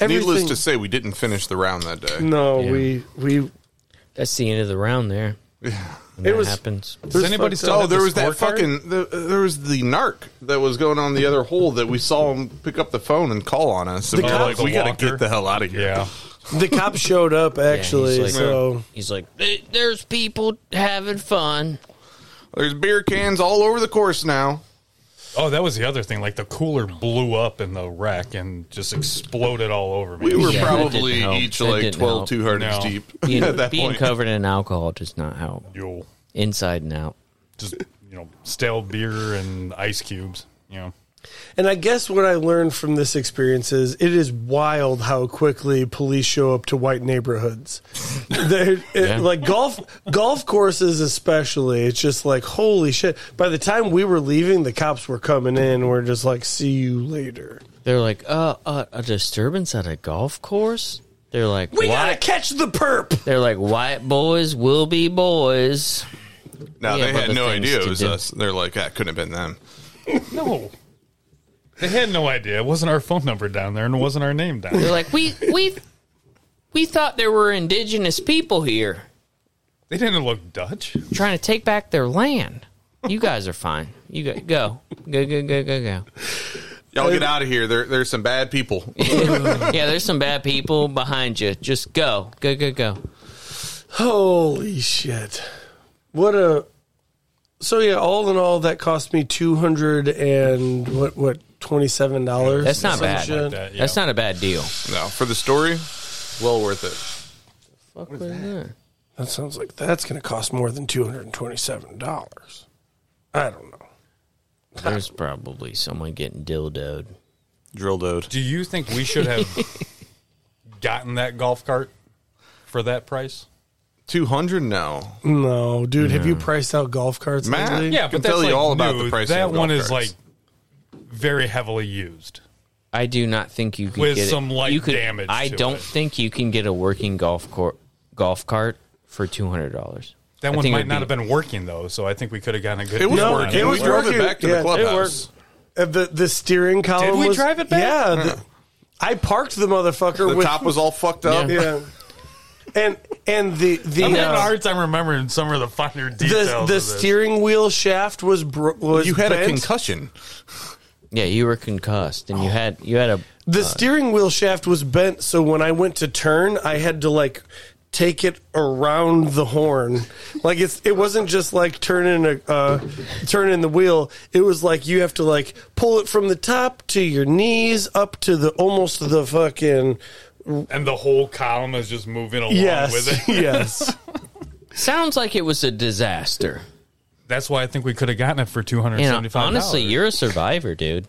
S4: Needless
S2: everything.
S4: to say, we didn't finish the round that day.
S2: no,
S3: Yeah.
S2: we we
S3: That's the end of the round there. When
S2: It
S3: that
S2: was-
S3: happens.
S5: Does anybody still
S4: Oh,
S5: have
S4: there
S5: the
S4: was that
S5: scorecard?
S4: fucking the, there was the narc that was going on the other hole that we saw him pick up the phone and call on us, and
S2: The
S4: we were
S2: cop-
S4: like, "We gotta
S5: Walker.
S4: get the hell out of here."
S5: Yeah.
S2: the cops showed up actually,
S3: like-
S2: so
S3: He's like, "There- there's people having fun.
S4: there's beer cans all over the course now.
S5: Oh, that was the other thing. Like the cooler blew up in the wreck and just exploded all over me.
S4: We were
S3: Yeah, that
S4: probably
S3: didn't help.
S4: each
S3: That
S4: like
S3: didn't
S4: 12
S3: help.
S4: two hundreds
S5: No.
S4: deep
S3: You know,
S4: at that
S3: being
S4: point.
S3: covered in alcohol does not help.
S5: You'll
S3: Inside and out.
S5: just you know stale beer and ice cubes. You know,
S2: and I guess what I learned from this experience is it is wild how quickly police show up to white neighborhoods. They're, it-
S3: Yeah.
S2: Like golf golf courses especially, it's just like holy shit. By the time we were leaving, the cops were coming in. We're just like, see you later.
S3: They're like, uh, uh, a disturbance at a golf course? They're like,
S2: We gotta
S3: "Why?"
S2: catch the perp.
S3: They're like, white boys will be boys.
S4: Now
S3: Yeah,
S4: they
S3: but
S4: had
S3: the
S4: no
S3: things
S4: idea it
S3: to
S4: was
S3: do.
S4: us. They're like, "That couldn't have been them."
S5: no, they had no idea. It wasn't our phone number down there, and it wasn't our name down
S3: They're
S5: there.
S3: like, we, we, we thought there were indigenous people here
S5: They didn't look Dutch.
S3: trying to take back their land. You guys are fine. You go, go, go, go, go, go, go.
S4: Y'all get out of here. There, there's some bad people.
S3: Yeah, there's some bad people behind you. Just go, go, go, go.
S2: Holy shit! What a so yeah. All in all, that cost me two hundred and what what twenty seven dollars.
S3: That's not bad.
S5: that, Uh, yeah.
S3: That's not a bad deal.
S4: no, for the story, well worth it.
S3: Fuck was that?
S2: That sounds like that's going to cost more than two hundred and twenty seven dollars. I don't know.
S3: There's probably someone getting dildoed.
S4: Drill dude.
S5: Do you think we should have gotten that golf cart for that price?
S4: Two hundred? No.
S2: No, dude, have you priced out golf carts
S4: Matt.
S2: lately?
S4: Yeah, Can tell you all about the pricing
S5: That
S4: of golf
S5: one is
S4: carts.
S5: like very heavily used.
S3: I do not think you can
S5: With
S3: get it-
S5: some light
S3: you could-
S5: damage
S3: I
S5: to
S3: don't
S5: it.
S3: think you can get a working golf cor- golf cart for two hundred dollars.
S5: That one might not have been working though, so I think we could have gotten a good.
S4: It was
S5: deal on
S4: working.
S2: it was
S4: we drove
S2: working.
S4: it back to
S2: Yeah,
S4: the
S2: it
S4: clubhouse.
S2: Uh, the the steering column.
S5: we
S2: was-
S5: drive it back?
S2: Yeah, the- I parked the motherfucker
S4: The
S2: with
S4: top was all fucked up.
S2: yeah, and and the the
S5: I'm having a
S2: uh,
S5: hard time remembering some of the finer details.
S2: the,
S5: of
S2: the
S5: this.
S2: steering wheel shaft was bro- was
S4: You had a
S2: bent.
S4: concussion.
S3: Yeah, you were concussed, and you had you had a
S2: the
S5: Uh,
S2: steering wheel shaft was bent so when I went to turn I had to like take it around the horn like it's it wasn't just like turning a uh, turning the wheel it was like you have to like pull it from the top to your knees up to the almost the fucking
S5: and the whole column is just moving along with
S2: Yes.
S5: it.
S2: yes.
S3: Sounds like it was a disaster.
S5: That's why I think we could have gotten it for two hundred
S3: You know,
S5: seventy-five.
S3: honestly, you're a survivor, dude.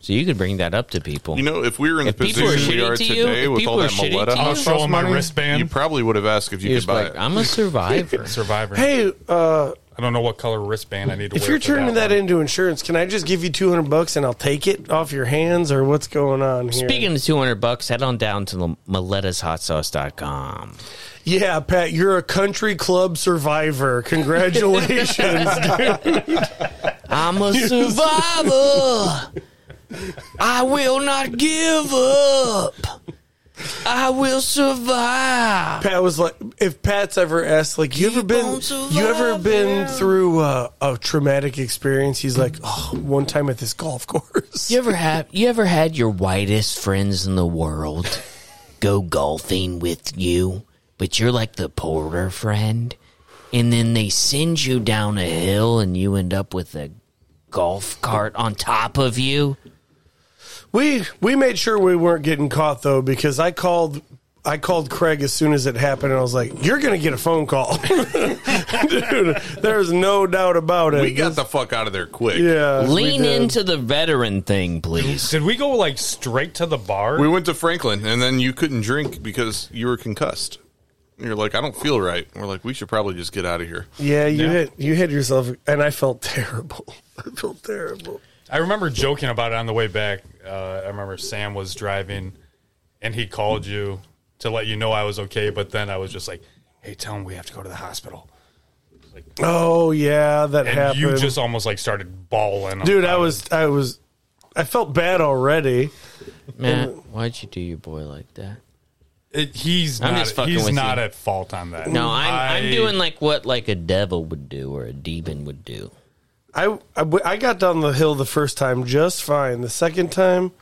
S3: So you could bring that up to people.
S4: You know, if we were in the
S3: If people are
S4: position we
S3: shitty
S4: are
S3: to you,
S4: today
S3: if
S4: with
S3: people
S4: all
S3: are
S4: that
S3: shitty
S4: Maletta
S3: to you-
S5: I'll
S4: hot
S5: show
S4: sauce
S5: 'em my
S4: money,
S5: wristband.
S4: you probably would have asked if you
S3: He
S4: could
S3: was
S4: buy
S3: like,
S4: it.
S3: I'm a survivor.
S5: survivor.
S2: Hey, uh,
S5: I don't know what color wristband I need to
S2: if
S5: wear.
S2: you're
S5: for
S2: turning that,
S5: one.
S2: into insurance, can I just give you 200 bucks and I'll take it off your hands or what's going on here?
S3: Speaking of 200 bucks, head on down to the MalettaSHotSauce.com.
S2: Yeah, Pat, you're a country club survivor. Congratulations. dude.
S3: I'm a survivor. I will not give up. I will survive.
S2: Pat was like, if Pat's ever asked, like, you ever
S3: Keep
S2: been,
S3: on surviving.
S2: you ever been through uh, a traumatic experience? He's like, oh, one time at this golf course.
S3: You ever have you ever had your whitest friends in the world go golfing with you, but you're like the porter friend, and then they send you down a hill and you end up with a golf cart on top of you?
S2: We we made sure we weren't getting caught though because I called I called Craig as soon as it happened and I was like, "You're gonna get a phone call, dude." There's no doubt about it.
S4: We got the fuck out of there quick.
S2: yeah. we
S3: Lean
S2: did.
S3: into the veteran thing, please.
S5: Did we go like straight to the bar?
S4: We went to Franklin, and then you couldn't drink because you were concussed. You're like, I don't feel right. We're like, we should probably just get out of here.
S2: Yeah, you
S5: Yeah.
S2: hit you hit yourself, and I felt terrible. I felt terrible.
S5: I remember joking about it on the way back. Uh, I remember Sam was driving, and he called you to let you know I was okay. But then I was just like, "Hey, tell him we have to go to the hospital."
S2: Oh yeah, that
S5: And
S2: happened.
S5: you just almost like started bawling,
S2: dude, I was I was I felt bad already.
S3: Matt, why'd you do your boy like that?
S5: It, he's
S3: I'm
S5: not.
S3: just fucking
S5: he's
S3: with
S5: not
S3: you.
S5: at fault on that.
S3: No, I'm, I'm
S5: I-
S3: doing like what like a devil would do or a demon would do.
S2: I, I I got down the hill the first time just fine. The second time,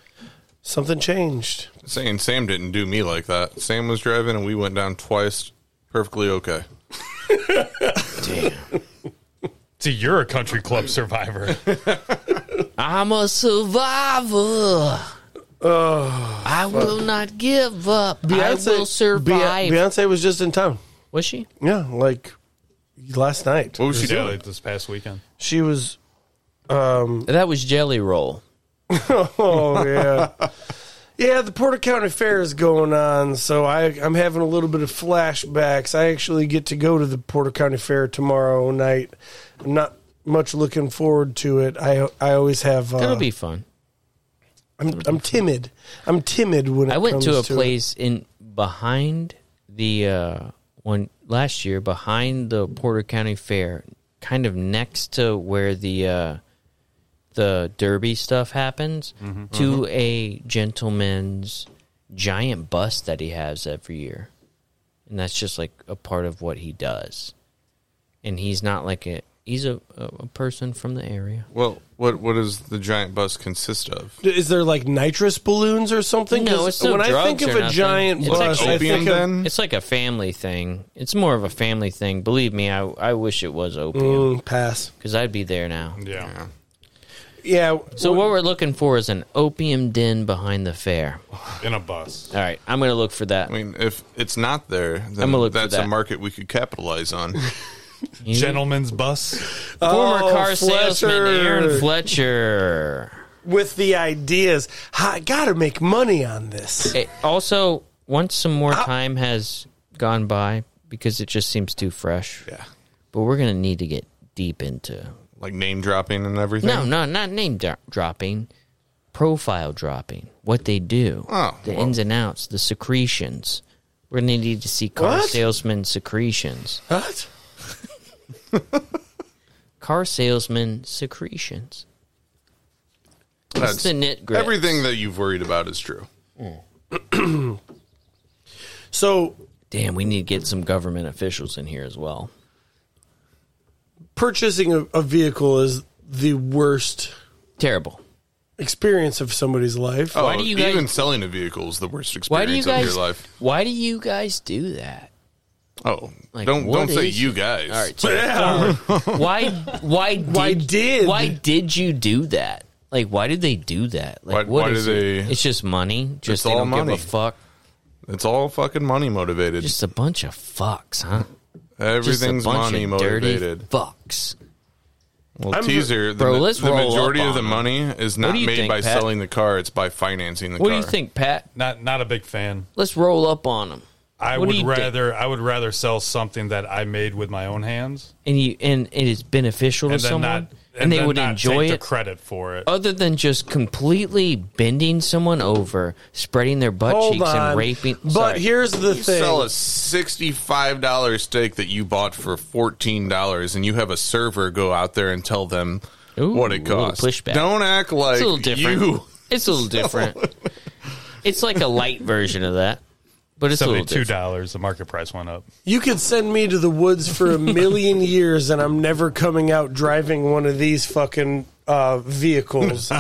S2: something changed.
S4: Saying Sam didn't do me like that. Sam was driving, and we went down twice, perfectly okay.
S5: See, you're a country club survivor.
S3: I'm a survivor. I will not give up. I will survive.
S2: Be- Beyonce was just in town.
S3: Was she?
S2: Yeah, like last night.
S4: What was she
S5: Yeah,
S4: doing?
S5: like this past weekend.
S2: She was.
S3: That was Jelly Roll.
S2: Oh yeah, yeah. The Porter County Fair is going on, so I I'm having a little bit of flashbacks. I actually get to go to the Porter County Fair tomorrow night. I'm not much looking forward to it. I I always have.
S3: That'll
S2: Uh,
S3: be fun.
S2: I'm I'm timid. I'm timid when it
S3: I went
S2: comes
S3: to a
S2: it.
S3: place in behind the uh, one last year, behind the Porter County Fair, kind of next to where the uh, the Derby stuff happens, to a gentleman's giant bust that he has every year, and that's just like a part of what he does. And he's not like a he's a, a a person from the area.
S4: Well, what what does the giant bus consist of?
S2: Is there like nitrous balloons or something?
S3: No,
S2: 'Cause
S3: it's no
S2: when I
S3: drugs
S2: think of
S3: or
S2: a
S3: nothing.
S2: giant
S3: It's
S2: bus,
S3: actually-
S2: I think
S4: Opium
S2: of
S4: then?
S3: It's like a family thing. It's more of a family thing. Believe me, I I wish it was opium
S2: Mm, pass.
S3: because I'd be there now.
S5: Yeah.
S2: Yeah.
S3: So what we're looking for is an opium den behind the fair. All
S5: in a bus.
S3: right, I'm gonna look for that.
S4: I mean, if it's not there, then
S3: I'ma look for
S4: that's
S3: that.
S4: a market we could capitalize on.
S3: You-
S5: Gentleman's bus.
S3: former
S2: Oh,
S3: car salesman Aaron
S2: Fletcher.
S3: Fletcher.
S2: with the ideas. I got to make money on this.
S3: Eh, also, once some more time has gone by, because it just seems too fresh.
S4: yeah,
S3: But we're gonna need to get deep into.
S4: like name dropping and everything.
S3: No, no, not name dro- dropping, profile dropping. What they do,
S4: Oh,
S3: the
S4: well.
S3: ins and outs, the secretions. We're gonna need to see car
S2: What?
S3: salesman secretions.
S2: What?
S3: Car salesman secretions.
S4: That's-
S3: the knit grits.
S4: everything that you've worried about is true.
S2: So
S3: Damn, we need to get some government officials in here as well.
S2: purchasing a, a vehicle is the worst
S3: Terrible.
S2: experience of somebody's life.
S4: Oh,
S3: Why do you guys-
S4: even selling a vehicle is the worst experience
S3: Why do you
S4: of
S3: guys?
S4: your life.
S3: Why do you guys do that?
S4: Oh,
S3: Like,
S4: don't
S3: what
S4: don't say
S3: is-
S4: you guys.
S3: All right, sorry. Sorry. why? Why? Did,
S2: Why did?
S3: Why did you do that? Like, why did they do that? Like,
S4: Why- why
S3: is
S4: do
S3: it?
S4: they-
S3: It's just money. Just they
S4: all
S3: don't give
S4: money.
S3: a fuck.
S4: It's all fucking money motivated.
S3: Just a bunch of fucks, huh? Just a
S4: Everything's
S3: bunch
S4: money
S3: of
S4: motivated.
S3: Dirty fucks.
S4: Well,
S2: I'm-
S4: teaser. The,
S3: Bro,
S4: ma-
S3: let's
S4: the
S3: roll
S4: majority
S3: up
S4: of the
S3: on 'em.
S4: money is not
S3: do you
S4: made
S3: think,
S4: by
S3: Pat?
S4: selling the car; it's by financing the
S3: What do
S4: car.
S3: you think, Pat?
S5: Not not a big fan.
S3: Let's roll up on them.
S5: I
S3: What do
S5: would
S3: you think?
S5: rather I would rather sell something that I made with my own hands
S3: And you and it is beneficial
S5: and
S3: to
S5: then
S3: someone,
S5: not
S3: and, they
S5: then
S3: would
S5: not
S3: enjoy
S5: take the
S3: it. Oh,
S5: credit for it.
S3: other than just completely bending someone over, spreading their butt
S2: Hold
S3: cheeks
S2: on.
S3: and raping.
S2: But
S3: Sorry.
S2: here's the
S4: You
S2: thing.
S4: sell a sixty-five dollar steak that you bought for fourteen dollars, and you have a server go out there and tell them
S3: Ooh,
S4: what
S3: a
S4: it
S3: little
S4: costs.
S3: pushback.
S4: Don't act like
S3: it's a little different.
S4: you.
S3: It's a little different. it's like a light version of that, but it's a little
S5: Seventy two
S3: different.
S5: dollars. The market price went up.
S2: You could send me to the woods for a million years, and I'm never coming out driving one of these fucking uh, vehicles.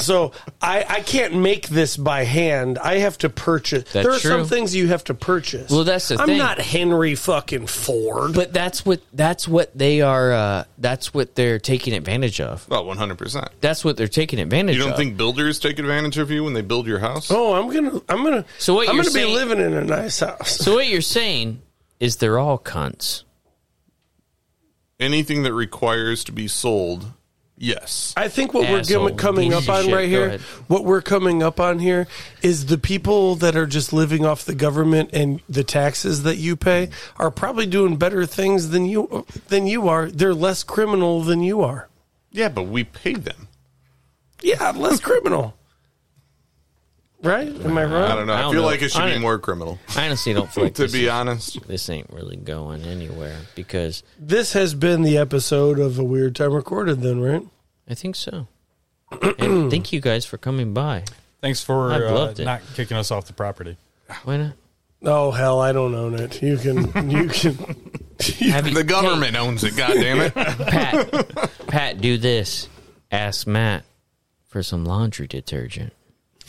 S2: so I, I can't make this by hand. I have to purchase.
S3: That's
S2: there are some
S3: true.
S2: things you have to purchase.
S3: Well, that's the
S2: I'm
S3: thing.
S2: not Henry fucking Ford.
S3: But that's what that's what they are. Uh, that's what they're taking advantage of.
S4: Well, one hundred percent.
S3: That's what they're taking advantage.
S4: You don't
S3: of.
S4: think builders take advantage of you when they build your house?
S2: oh, I'm gonna, I'm gonna.
S3: So what
S2: I'm
S3: you're
S2: gonna be
S3: saying-
S2: living in a nice house.
S3: So what you're saying is they're all cunts.
S4: Anything that requires to be sold, yes.
S2: I think what
S3: Asshole,
S2: we're gim- coming
S3: piece
S2: up
S3: of
S2: on
S3: shit.
S2: right
S3: Go
S2: here,
S3: ahead.
S2: what we're coming up on here is the people that are just living off the government and the taxes that you pay are probably doing better things than you than you are. They're less criminal than you are.
S4: Yeah, but we paid them.
S2: Yeah, less criminal. Right? Am I
S4: I
S2: wrong?
S4: don't know.
S3: I
S4: I,
S3: don't
S4: feel
S3: know.
S4: like it should
S3: I
S4: be
S3: don't-
S4: more criminal.
S3: I honestly don't feel like
S4: to
S3: this,
S4: be
S3: is-
S4: honest,
S3: this ain't really going anywhere because
S2: This has been the episode of a weird time recorded. Then, right?
S3: I think so. and thank you guys for coming by.
S5: Thanks for
S3: I
S5: uh,
S3: loved it.
S5: not kicking us off the property.
S3: Why not?
S2: Oh hell, I don't own it. You can, you can.
S3: Have you-
S4: the government owns it. God damn it!
S3: Pat, Pat, do this. Ask Matt for some laundry detergent.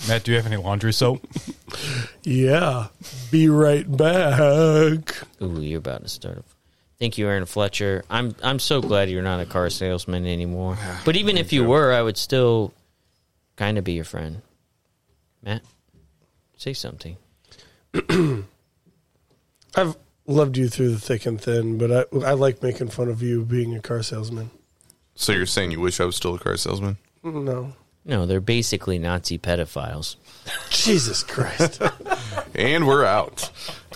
S5: Matt, do you have any laundry soap?
S2: Yeah, be right back.
S3: Ooh, you're about to start. A, thank you, Aaron Fletcher. I'm I'm so glad you're not a car salesman anymore.
S4: Ah,
S3: But even if you were, I would still kind of be your friend. Matt, say something.
S2: I've loved you through the thick and thin, but I I like making fun of you being a car salesman.
S4: So you're saying you wish I was still a car salesman?
S2: No.
S3: No, they're basically Nazi pedophiles.
S2: Jesus Christ.
S4: And we're out.